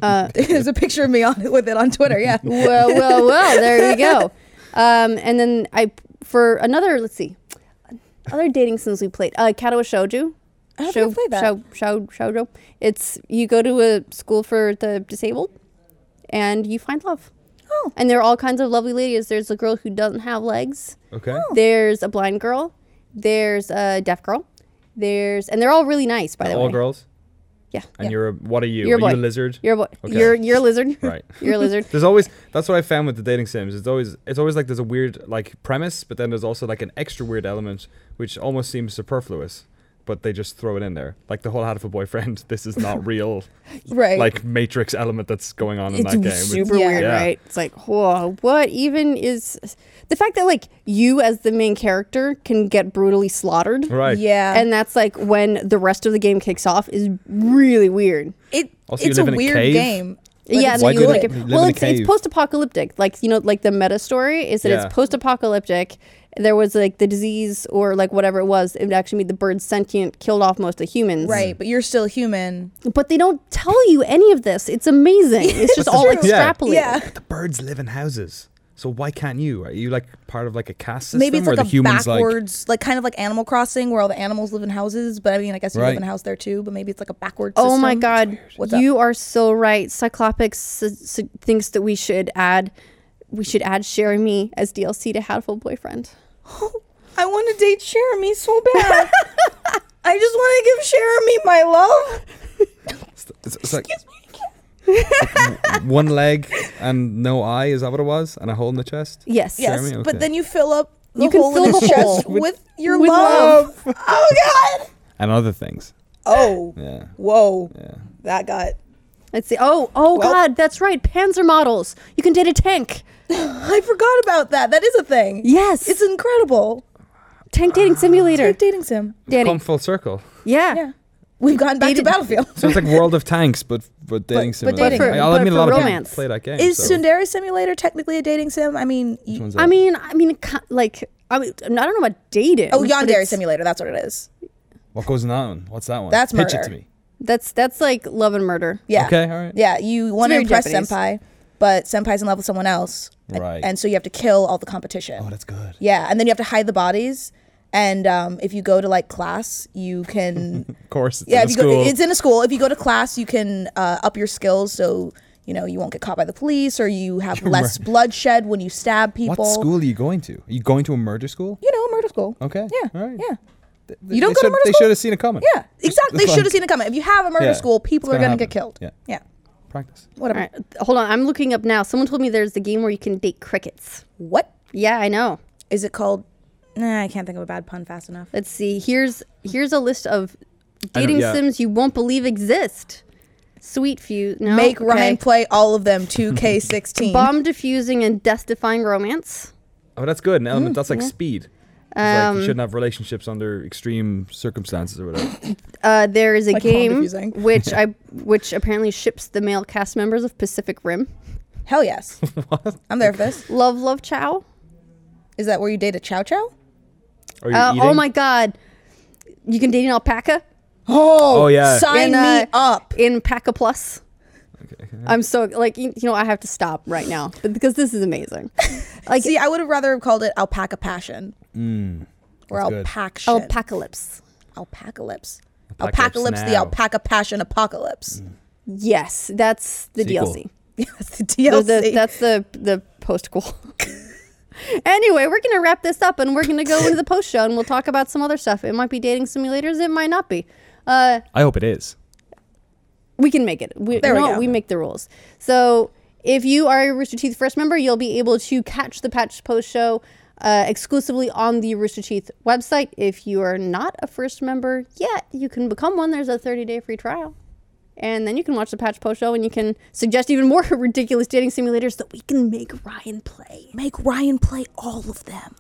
Uh, There's a picture of me on with it on Twitter. Yeah. well, well, well. There you go. Um, and then I for another. Let's see, other dating sims we played. Uh, Katawa Shouju. I don't think I've played that. Shou, shou, shoujo. It's you go to a school for the disabled, and you find love. Oh. And there are all kinds of lovely ladies. There's a girl who doesn't have legs. Okay. Oh. There's a blind girl. There's a deaf girl. There's and they're all really nice by the All way. girls. Yeah. And you're a what are you? You're a are boy. you a lizard? You're a boy. Okay. You're you're a lizard. Right. You're a lizard. There's always that's what I found with the dating sims. It's always it's always like there's a weird like premise, but then there's also like an extra weird element which almost seems superfluous, but they just throw it in there. Like the whole how to have a boyfriend. This is not real. Right. Like matrix element that's going on in it's that game. super Yeah. weird, Yeah. right? It's like, whoa, what even is the fact that like you as the main character can get brutally slaughtered? right. Yeah. And that's like when the rest of the game kicks off is really weird. It, Also, you it's a live in a weird cave? game. but yeah, it's no, Why you couldn't like it it- live in well, a it's cave? it's post-apocalyptic. Like you know, like the meta story is that Yeah. it's post-apocalyptic. There was like the disease or like whatever it was. It actually made the birds sentient, killed off most of the humans. Right, but you're still human. But they don't tell you any of this. It's amazing. It's just all true. Yeah. extrapolated. Yeah. But the birds live in houses. So why can't you? Are you like part of like a caste system Maybe it's where like a the humans like backwards, like, kind of like Animal Crossing, where all the animals live in houses. But I mean, I guess you live Right. in a house there too. But maybe it's like a backwards. Oh my system. God, What's up? you are so right. Cyclopic su- su- thinks that we should add, we should add Sherry Me as DLC to Hatful Boyfriend. I want to date Jeremy so bad. I just want to give Jeremy my love. It's, it's like one leg and no eye. Is that what it was? And a hole in the chest. Yes. Yes, Jeremy? Okay. but then you fill up the You can hole in fill his the hole chest with, with- your with love. Oh god. And other things. Oh. Yeah. Whoa. That got. Let's see. Oh, oh Well- God, that's right. Panzer models. You can date a tank. I forgot about that. That is a thing. Yes. It's incredible. Tank Dating Simulator. Tank dating sim. Danny. Come full circle. Yeah. Yeah, we've gotten back to Battlefield. So it's like World of Tanks, but but dating but simulator. dating. But for- I'll but admit a for lot of romance. people play that game. Is so. Sundari Simulator technically a dating sim? I mean, you- Which one's I that? mean, I mean, it ki- like, I mean, I don't know about dating. oh, but Yandere it's- Simulator. That's what it is. what goes in that one? What's that one? That's Pitch it murder. to me. That's that's like love and murder. Yeah. Okay, all right. Yeah, you want to very impress Japanese. senpai, but senpai's in love with someone else, and- Right. And so you have to kill all the competition. Oh, that's good. yeah, and then you have to hide the bodies. And um, if you go to like class, you can. Of course, it's yeah, in if a you school. go, it's in a school. If you go to class, you can uh, up your skills so you know you won't get caught by the police, or you have less bloodshed when you stab people. what school are you going to? Are you going to a murder school? You know, a murder school. Okay. Yeah. All right. Yeah. Th- You don't go they to should- murder They school? should have seen it coming. Yeah, exactly. They It's should like- have seen it coming. If you have a murder Yeah, school, people it's are gonna going to get happen. killed. Yeah. yeah, Practice. whatever. All right, hold on. I'm looking up now. Someone told me there's the game where you can date crickets. What Yeah, I know. is it called? Nah, I can't think of a bad pun fast enough. Let's see. Here's here's a list of dating yeah. sims you won't believe exist. Sweet few. No. Make okay. Ryan play all of them. Two K sixteen. Bomb diffusing and death defying romance. Oh, that's good. An Mm, element that's like speed. It's like Um, you shouldn't have relationships under extreme circumstances or whatever. Uh, there is a Like bomb game diffusing. which I which apparently ships the male cast members of Pacific Rim. Hell yes. I'm there for this. Love, love, chow. Is that where you date a chow chow? Or you're Uh, eating. oh my god, you can date an alpaca Oh, Oh, yeah. And, Sign uh, me up. in Paca Plus. I'm so like you, you know I have to stop right now but- because this is amazing. Like See, I would have rather have called it alpaca passion. or Mm, good. alpaca alpacalypse. alpacalypse. Apocalypse Alpacalypse, the Now. Mm. alpaca passion apocalypse. Yes, that's the Sequel. DLC. Yeah, that's the The- DLC. the- that's the the post goal. anyway, we're gonna wrap this up and we're gonna go into the post show and we'll talk about some other stuff. It might be dating simulators. It might not be. Uh, I hope it is. We can make it. We, There you we know what? go. we make the rules. So if you are a Rooster Teeth First member, you'll be able to catch the Patch Post show uh, exclusively on the Rooster Teeth website. If you are not a First member yet, you can become one. There's a 30 day free trial. And then you can watch the Patch Post show and you can suggest even more ridiculous dating simulators that we can make Ryan play. Make Ryan play all of them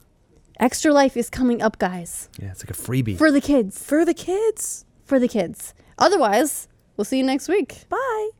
Extra Life is coming up, guys. Yeah, it's like a freebie. For the kids. for the kids. For the kids. Otherwise, we'll see you next week. Bye.